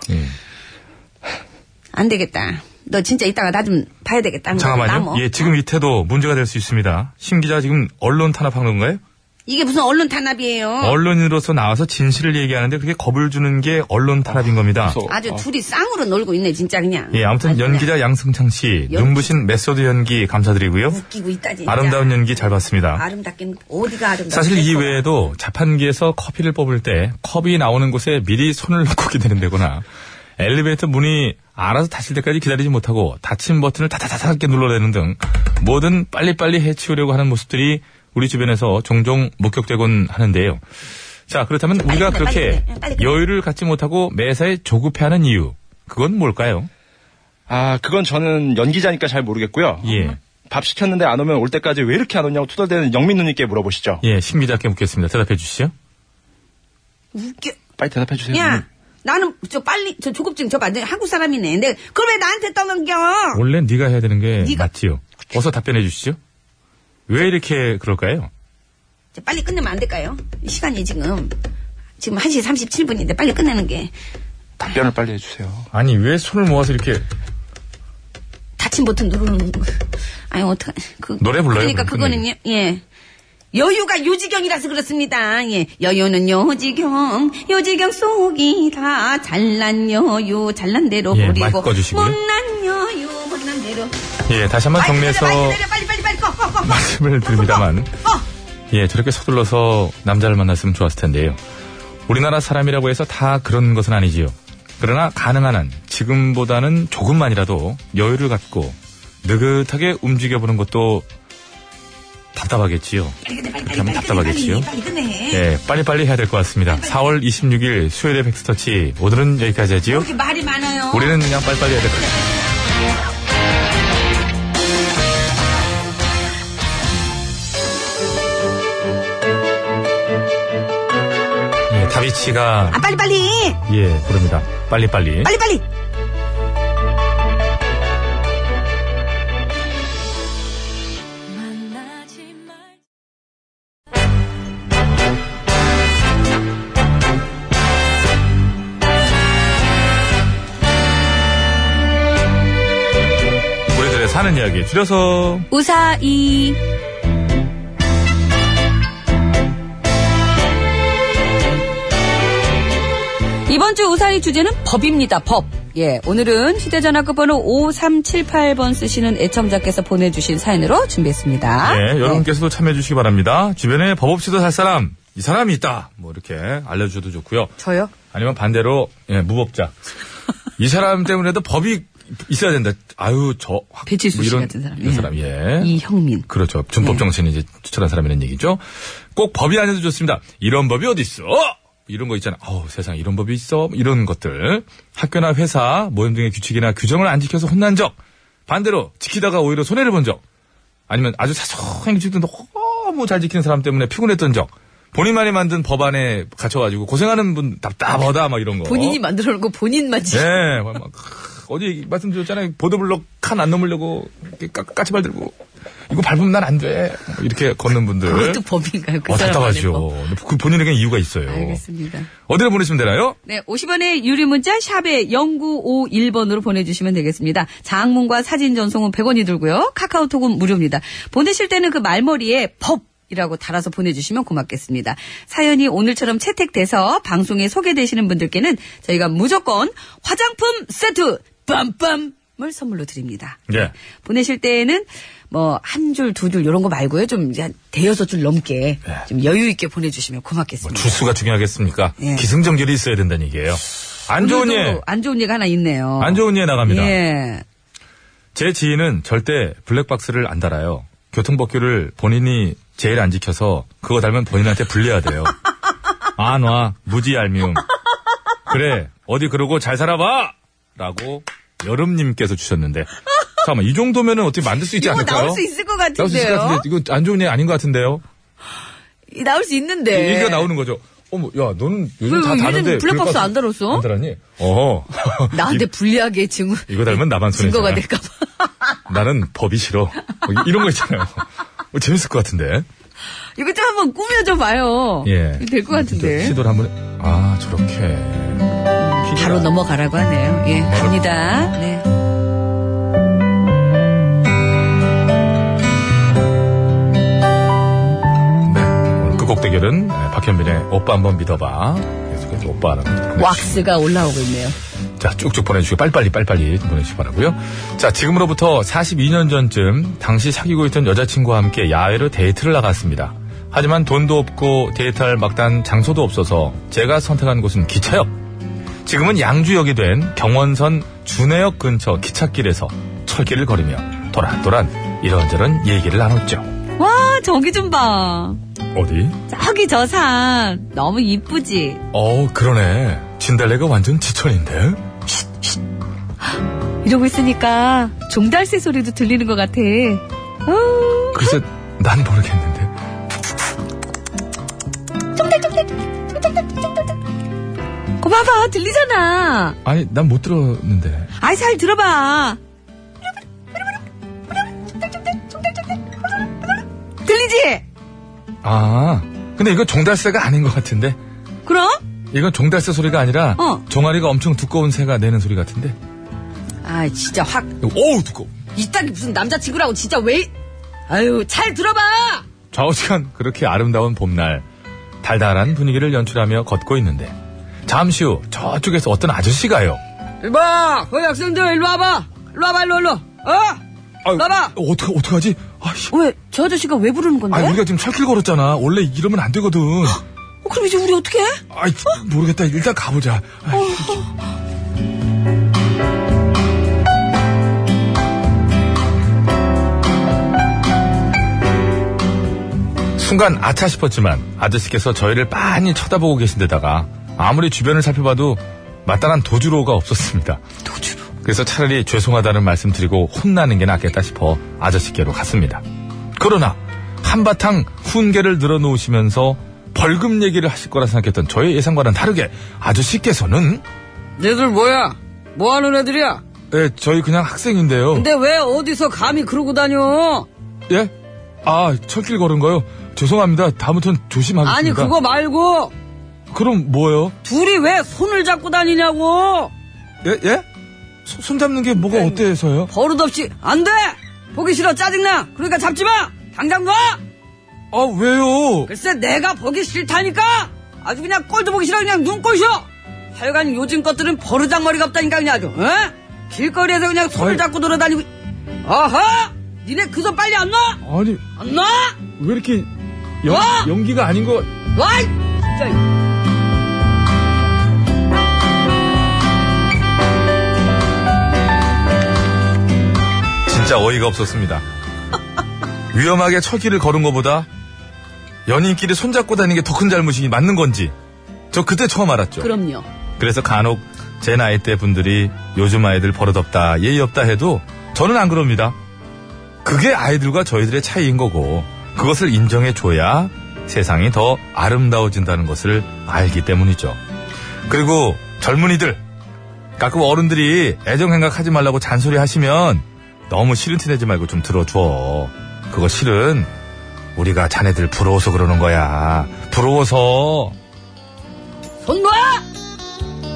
S14: 안 되겠다 너 진짜 이따가 나 좀 봐야 되겠다 나
S1: 잠깐만요.
S14: 뭐.
S1: 예, 지금 이 태도 문제가 될 수 있습니다. 신 기자 지금 언론 탄압한 건가요?
S14: 이게 무슨 언론 탄압이에요
S1: 어. 언론인으로서 나와서 진실을 얘기하는데 그렇게 겁을 주는 게 언론 탄압인 겁니다.
S14: 아주 둘이 쌍으로 놀고 있네 진짜 그냥
S1: 어. 예, 아무튼 연기자 양승창 씨
S14: 연기.
S1: 눈부신 메소드 연기 감사드리고요.
S14: 웃기고 있다 진짜
S1: 아름다운 연기 잘 봤습니다.
S14: 아름답긴 어디가 아름답
S1: 사실 이 외에도 자판기에서 커피를 뽑을 때 컵이 나오는 곳에 미리 손을 넣고 기다린다거나 엘리베이터 문이 알아서 닫힐 때까지 기다리지 못하고 닫힌 버튼을 다다다닥게 눌러대는 등 뭐든 빨리빨리 해치우려고 하는 모습들이 우리 주변에서 종종 목격되곤 하는데요. 자, 그렇다면
S17: 빨리
S1: 우리가
S17: 끝내, 빨리
S1: 그렇게
S17: 끝내, 빨리 끝내.
S1: 여유를 갖지 못하고 매사에 조급해하는 이유, 그건 뭘까요?
S15: 아, 그건 저는 연기자니까 잘 모르겠고요.
S1: 예.
S15: 밥 시켰는데 안 오면 올 때까지 왜 이렇게 안 오냐고 투덜대는 영민 누님께 물어보시죠.
S1: 예, 신기자께 묻겠습니다. 대답해 주시죠.
S14: 웃겨
S15: 빨리 대답해
S7: 예,
S15: 주세요.
S7: 뭐.
S14: 야, 나는 저 빨리 저 조급증 저 완전 한국 사람이네. 근데 그걸 왜 나한테 떠넘겨?
S1: 원래 네가 해야 되는 게
S14: 네가-
S1: 맞지요. 어서 답변해 주시죠. 왜 이렇게 그럴까요?
S14: 저 빨리 끝내면 안 될까요? 시간이 지금 지금 1시 37분인데 빨리 끝내는 게
S15: 답변을 빨리 해주세요.
S1: 아니 왜 손을 모아서 이렇게
S14: 닫힌 버튼 누르는 거. 아니 어떡 그
S1: 노래 불러요,
S14: 그러니까
S1: 그럼 끝내기.
S14: 그거는요. 예. 여유가 요지경이라서 그렇습니다. 예. 여유는 요지경, 요지경 속이다. 잘난 여유, 잘난 대로
S1: 예, 마이크
S14: 버리고
S1: 꺼주시고요.
S14: 못난 여유, 못난 대로.
S1: 예 다시 한번 정리해서
S14: 빨리 빨리 빨리 꺼, 꺼, 꺼, 꺼.
S1: 말씀을 드립니다만 예 저렇게 서둘러서 남자를 만났으면 좋았을 텐데요. 우리나라 사람이라고 해서 다 그런 것은 아니지요. 그러나 가능한 한 지금보다는 조금만이라도 여유를 갖고 느긋하게 움직여보는 것도 답답하겠지요. 그렇게 하면 답답하겠지요. 예, 빨리빨리 해야 될 것 같습니다. 4월 26일 수요일의 백스터치 오늘은 여기까지 하지요.
S14: 이렇게 말이 많아요.
S1: 우리는 그냥 빨리빨리 해야 될 것 같습니다. 예, 다비치가
S14: 아 빨리 빨리
S1: 예, 부릅니다. 빨리빨리.
S14: 빨리 빨리.
S1: 우리들의 사는 이야기 줄여서
S9: 우사이
S2: 이번 주 우사의 주제는 법입니다. 법. 예, 오늘은 휴대전화 끝번호 5378번 쓰시는 애청자께서 보내주신 사연으로
S14: 아?
S2: 준비했습니다. 네.
S1: 예, 여러분께서도
S14: 네.
S1: 참여해 주시기 바랍니다. 주변에 법 없이도 살 사람, 이 사람이 있다. 뭐 이렇게 알려주셔도 좋고요.
S2: 저요?
S1: 아니면 반대로 예, 무법자. 이 사람 때문에도 법이 있어야 된다. 아유, 저. 확- 뭐
S2: 배칠수 씨
S1: 이런-
S2: 같은 사람.
S1: 이런
S2: 예.
S1: 사람, 예.
S2: 이형민.
S1: 그렇죠. 준법
S2: 예.
S1: 정신이 이제 추천한 사람이라는 얘기죠. 꼭 법이 아니어도 좋습니다. 이런 법이 어디 있어? 이런 거 있잖아. 아우, 세상 이런 법이 있어? 뭐 이런 것들. 학교나 회사, 모임 등의 규칙이나 규정을 안 지켜서 혼난 적. 반대로 지키다가 오히려 손해를 본 적. 아니면 아주 사소한 규칙도 너무 잘 지키는 사람 때문에 피곤했던 적. 본인만이 만든 법안에 갇혀가지고 고생하는 분 답답하다 막 이런 거.
S2: 본인이 만들어 놓고 본인만 지
S1: 예, 막, 막, 크, 어제 얘기- 말씀드렸잖아요. 보도블록 칸 안 넘으려고 이렇게 까, 까치발 들고 이거 밟으면 난 안 돼. 뭐 이렇게 걷는 분들.
S2: 그것도 법인가요? 그
S1: 네. 어,
S2: 사람
S1: 답답하죠. 그 본인에겐 이유가 있어요.
S2: 알겠습니다.
S1: 어디로 보내시면 되나요?
S2: 네, 50원의 유리 문자 샵에 0951번으로 보내주시면 되겠습니다. 장문과 사진 전송은 100원이 들고요. 카카오톡은 무료입니다. 보내실 때는 그 말머리에 법! 이라고 달아서 보내주시면 고맙겠습니다. 사연이 오늘처럼 채택돼서 방송에 소개되시는 분들께는 저희가 무조건 화장품 세트 빰빰을 선물로 드립니다.
S1: 예.
S2: 보내실 때에는 뭐 한 줄 두 줄 이런 거 말고요 좀 이제 한 대여섯 줄 넘게 좀 여유 있게 보내주시면 고맙겠습니다.
S1: 주수가 중요하겠습니까?
S2: 예.
S1: 기승전결이 있어야 된다는 얘기예요. 안 좋은
S2: 오늘도
S1: 예.
S2: 안 좋은 예가 하나 있네요.
S1: 안 좋은 예 나갑니다.
S2: 예.
S1: 제 지인은 절대 블랙박스를 안 달아요. 교통법규를 본인이 제일 안 지켜서 그거 달면 본인한테 불리해야 돼요. 안 와. 무지 알미움. 그래. 어디 그러고 잘 살아봐! 라고 여름님께서 주셨는데. 잠깐만. 이 정도면은 어떻게 만들 수 있지
S2: 이거
S1: 않을까요?
S2: 나올 수 있을 것 같은데요.
S1: 나올 수 있을 것 같은데. 이거 안 좋은 예 아닌 것 같은데요?
S2: 이- 나올 수 있는데.
S1: 얘기가 나오는 거죠. 어머, 야, 너는 요즘
S2: 왜,
S1: 다
S2: 네. 왜
S1: 다는데.
S2: 요즘 블랙박스 안 달았어?
S1: 안 달았니? 어.
S2: 나한테 아, 불리하게 증거,
S1: 이거 달면 나만 손해잖아.
S2: 증거가 될까봐.
S1: 나는 법이 싫어. 뭐 이런 거 있잖아요. 뭐 재밌을 것 같은데.
S2: 이거 좀 한번 꾸며줘 봐요.
S1: 예.
S2: 될 것 같은데.
S1: 시도를 한번 해. 아, 저렇게.
S2: 바로 넘어가라고 하네요.
S1: 음,
S2: 예, 갑니다. 네.
S1: 네. 오늘 끝곡 대결은 네, 박현빈의 오빠 한번 믿어봐. 계속해서 오빠라고. 보내주시고.
S2: 왁스가 올라오고 있네요.
S1: 자, 쭉쭉 보내주시고, 빨리빨리, 빨리빨리 보내주시기 바라고요 자, 지금으로부터 42년 전쯤, 당시 사귀고 있던 여자친구와 함께 야외로 데이트를 나갔습니다. 하지만 돈도 없고, 데이트할 막단 장소도 없어서, 제가 선택한 곳은 기차역. 지금은 양주역이 된 경원선 준해역 근처 기찻길에서 철길을 걸으며, 도란도란 이런저런 얘기를 나눴죠.
S2: 와, 아, 저기 좀 봐.
S1: 어디?
S2: 저기 저 산. 너무 이쁘지?
S1: 어, 그러네. 진달래가 완전 지천인데?
S2: 이러고 있으니까 종달새 소리도 들리는 것 같아. 어,
S1: 글쎄, 난 모르겠는데.
S2: 거 봐봐, 들리잖아.
S1: 아니, 난 못 들었는데.
S2: 아이, 잘 들어봐. 들리지?
S1: 아, 근데 이거 종달새가 아닌 것 같은데.
S2: 그럼?
S1: 이건 종달새 소리가 아니라
S2: 어.
S1: 종아리가 엄청 두꺼운 새가 내는 소리 같은데.
S2: 아, 진짜 확.
S1: 오우 두꺼워.
S2: 이딴 게 무슨 남자친구라고 진짜 왜. 아유, 잘 들어봐!
S1: 좌우지간 그렇게 아름다운 봄날 달달한 분위기를 연출하며 걷고 있는데 잠시 후 저쪽에서 어떤 아저씨가요.
S2: 일봐!
S12: 어,
S2: 거기 학생들 일로 와봐! 일로 와봐, 일로, 일로! 어?
S1: 아유,
S2: 봐봐!
S1: 어떡 어떡하지? 아이씨.
S2: 왜, 저 아저씨가 왜 부르는 건데?
S1: 아, 우리가 지금 철길 걸었잖아. 원래 이러면 안 되거든.
S2: 어, 그럼 이제 우리 어떻게 해?
S1: 아이, 모르겠다. 일단 가보자. 아이, 순간 아차 싶었지만 아저씨께서 저희를 많이 쳐다보고 계신데다가 아무리 주변을 살펴봐도 마땅한 도주로가 없었습니다. 도주로. 그래서 차라리 죄송하다는 말씀 드리고 혼나는 게 낫겠다 싶어 아저씨께로 갔습니다. 그러나 한바탕 훈계를 늘어놓으시면서 벌금 얘기를 하실 거라 생각했던 저의 예상과는 다르게 아저씨께서는
S12: 얘들 뭐야? 뭐 하는 애들이야?
S1: 예, 저희 그냥 학생인데요.
S12: 근데 왜 어디서 감히 그러고 다녀?
S1: 예? 아, 철길 걸은 거요? 죄송합니다. 다음부터는 조심하겠습니다.
S12: 아니 그거 말고
S1: 그럼 뭐요?
S12: 둘이 왜 손을 잡고 다니냐고
S1: 예? 예? 손, 손 잡는 게 뭐가
S12: 네.
S1: 어때서요?
S12: 버릇없이 안돼 보기 싫어 짜증나 그러니까 잡지 마 당장 놔
S1: 아, 왜요?
S12: 글쎄 내가 보기 싫다니까 아주 그냥 꼴도 보기 싫어 그냥 눈꼴셔 하여간 요즘 것들은 버르장머리가 없다니까 그냥 아주 어? 길거리에서 그냥 손을
S1: 아이.
S12: 잡고 돌아다니고 아하 니네 그 손 빨리 안 놔?
S1: 아니,
S12: 안 놔?
S1: 왜 이렇게 연,
S12: 와!
S1: 연기가 아닌 거.
S12: 와 진짜
S1: 진짜 어이가 없었습니다. 위험하게 철길을 걸은 것보다 연인끼리 손잡고 다니는 게 더 큰 잘못이 맞는 건지 저 그때 처음 알았죠.
S2: 그럼요.
S1: 그래서 간혹 제 나이 때 분들이 요즘 아이들 버릇없다 예의 없다 해도 저는 안 그럽니다. 그게 아이들과 저희들의 차이인 거고 그것을 인정해 줘야 세상이 더 아름다워진다는 것을 알기 때문이죠. 그리고 젊은이들 가끔 어른들이 애정 생각하지 말라고 잔소리 하시면 너무 싫은 티 내지 말고 좀 들어줘. 그거 실은 우리가 자네들 부러워서 그러는 거야. 부러워서
S12: 손 놔!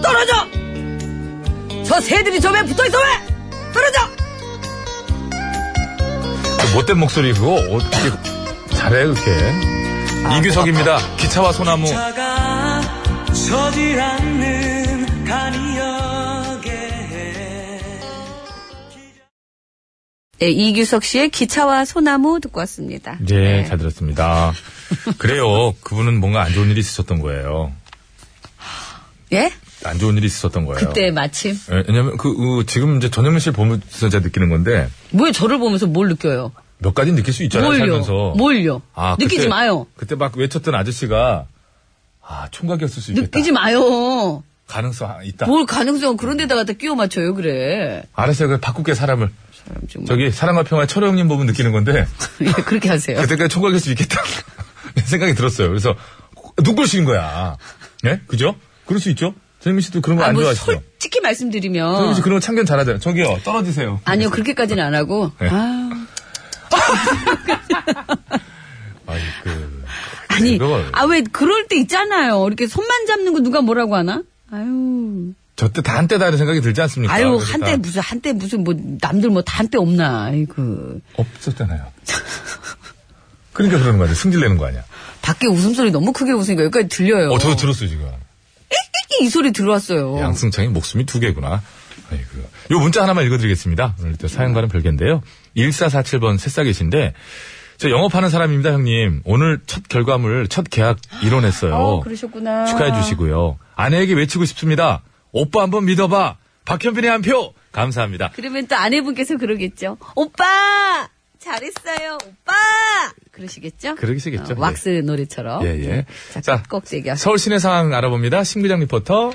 S12: 떨어져! 저 새들이 저에 붙어있어 왜! 떨어져!
S1: 그 못된 목소리 그거 어떻게 잘해 그렇게
S2: 아,
S1: 이규석입니다 기차와 소나무
S16: 차가 서질 않는 간이역에
S2: 예, 이규석 씨의 기차와 소나무 듣고 왔습니다.
S1: 네, 잘 들었습니다 그래요 그분은 뭔가 안 좋은 일이 있으셨던 거예요
S2: 예?
S1: 안 좋은 일이 있으셨던 거예요
S2: 그때 마침.
S1: 예, 왜냐면 그 어, 지금 이제 전현민 씨를 보면서 제가 느끼는 건데
S2: 왜 저를 보면서 뭘 느껴요?
S1: 몇 가지 느낄 수 있잖아요
S2: 뭘요?
S1: 살면서
S2: 뭘요?
S1: 아,
S2: 느끼지
S1: 그때-
S2: 마요.
S1: 그때 막 외쳤던 아저씨가 아 총각이었을 수 있겠다
S2: 느끼지 뭐? 마요.
S1: 가능성 있다
S2: 뭘 가능성 그런 데다가 다 끼워 맞춰요, 그래.
S1: 알았어요. 그 바꿀게 사람을. 저기 사랑과 평화의 철호 형님 보면 느끼는 건데.
S2: 예, 그렇게 하세요.
S1: 그때까지 총각일 수 있겠다. 생각이 들었어요. 그래서 눈꼴시인 거야. 예? 그죠? 그럴 수 있죠. 전민 씨도 그런 거 안
S2: 뭐
S1: 좋아하시죠?
S2: 솔직히 말씀드리면
S1: 전민 씨 그런 거 참견 잘하잖아요. 저기요 떨어지세요.
S2: 아니요, 그렇게까지는 안 하고.
S1: 네.
S2: 아,
S1: 아이 그
S2: 아니,
S1: 그걸.
S2: 아 왜 그럴 때 있잖아요. 이렇게 손만 잡는 거 누가 뭐라고 하나? 아유,
S1: 저때 다 한때다는 생각이 들지 않습니까?
S2: 아유
S1: 그러니까 그래서 다
S2: 한때 무슨 한때 무슨 뭐 남들 뭐 다 한때 없나? 아이고
S1: 없었잖아요. 그러니까 그러는 거 아니야. 승질 내는 거 아니야.
S2: 밖에 웃음소리 너무 크게 웃으니까 여기까지 들려요.
S1: 어, 저도 들었어요 지금.
S2: 이 소리 들어왔어요.
S1: 양승창이 목숨이 두 개구나. 아이고. 요 문자 하나만 읽어드리겠습니다. 오늘 또 사연과는 별개인데요. 1447번 새싹이신데, 저 영업하는 사람입니다, 형님. 오늘 첫 결과물, 첫 계약 이뤄냈어요.
S2: 어, 그러셨구나.
S1: 축하해 주시고요. 아내에게 외치고 싶습니다. 오빠 한번 믿어봐. 박현빈의 한 표! 감사합니다.
S2: 그러면 또 아내분께서 그러겠죠. 오빠 잘했어요. 오빠 그러시겠죠?
S1: 그러시겠죠,
S2: 어,
S1: 예.
S2: 왁스 노래처럼.
S1: 예, 예.
S2: 자,
S1: 자,
S2: 꼭대기 하세요.
S1: 서울 시내 상황 알아봅니다. 신규장 리포터.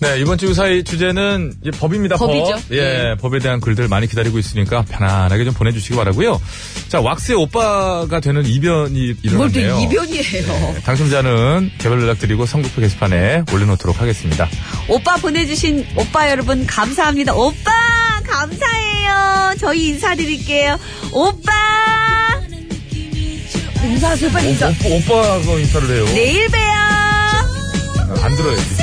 S1: 네, 이번 주 사이 주제는 이제 법입니다.
S2: 법이죠.
S1: 법. 예, 법에 대한 글들 많이 기다리고 있으니까 편안하게 좀 보내주시기 바라고요. 자, 왁스의 오빠가 되는 이변이
S2: 뭘또
S1: 일어났네요.
S2: 이변이에요.
S1: 당첨자는 개별 연락드리고 선곡표 게시판에 올려놓도록 하겠습니다.
S2: 오빠 보내주신 오빠 여러분 감사합니다. 오빠 감사해요. 저희 인사드릴게요. 오빠 인사하세요 빨리 인사.
S1: 네. 오, 빠 오빠가 인사를 해요.
S2: 내일 봬요.
S1: 안 들어요.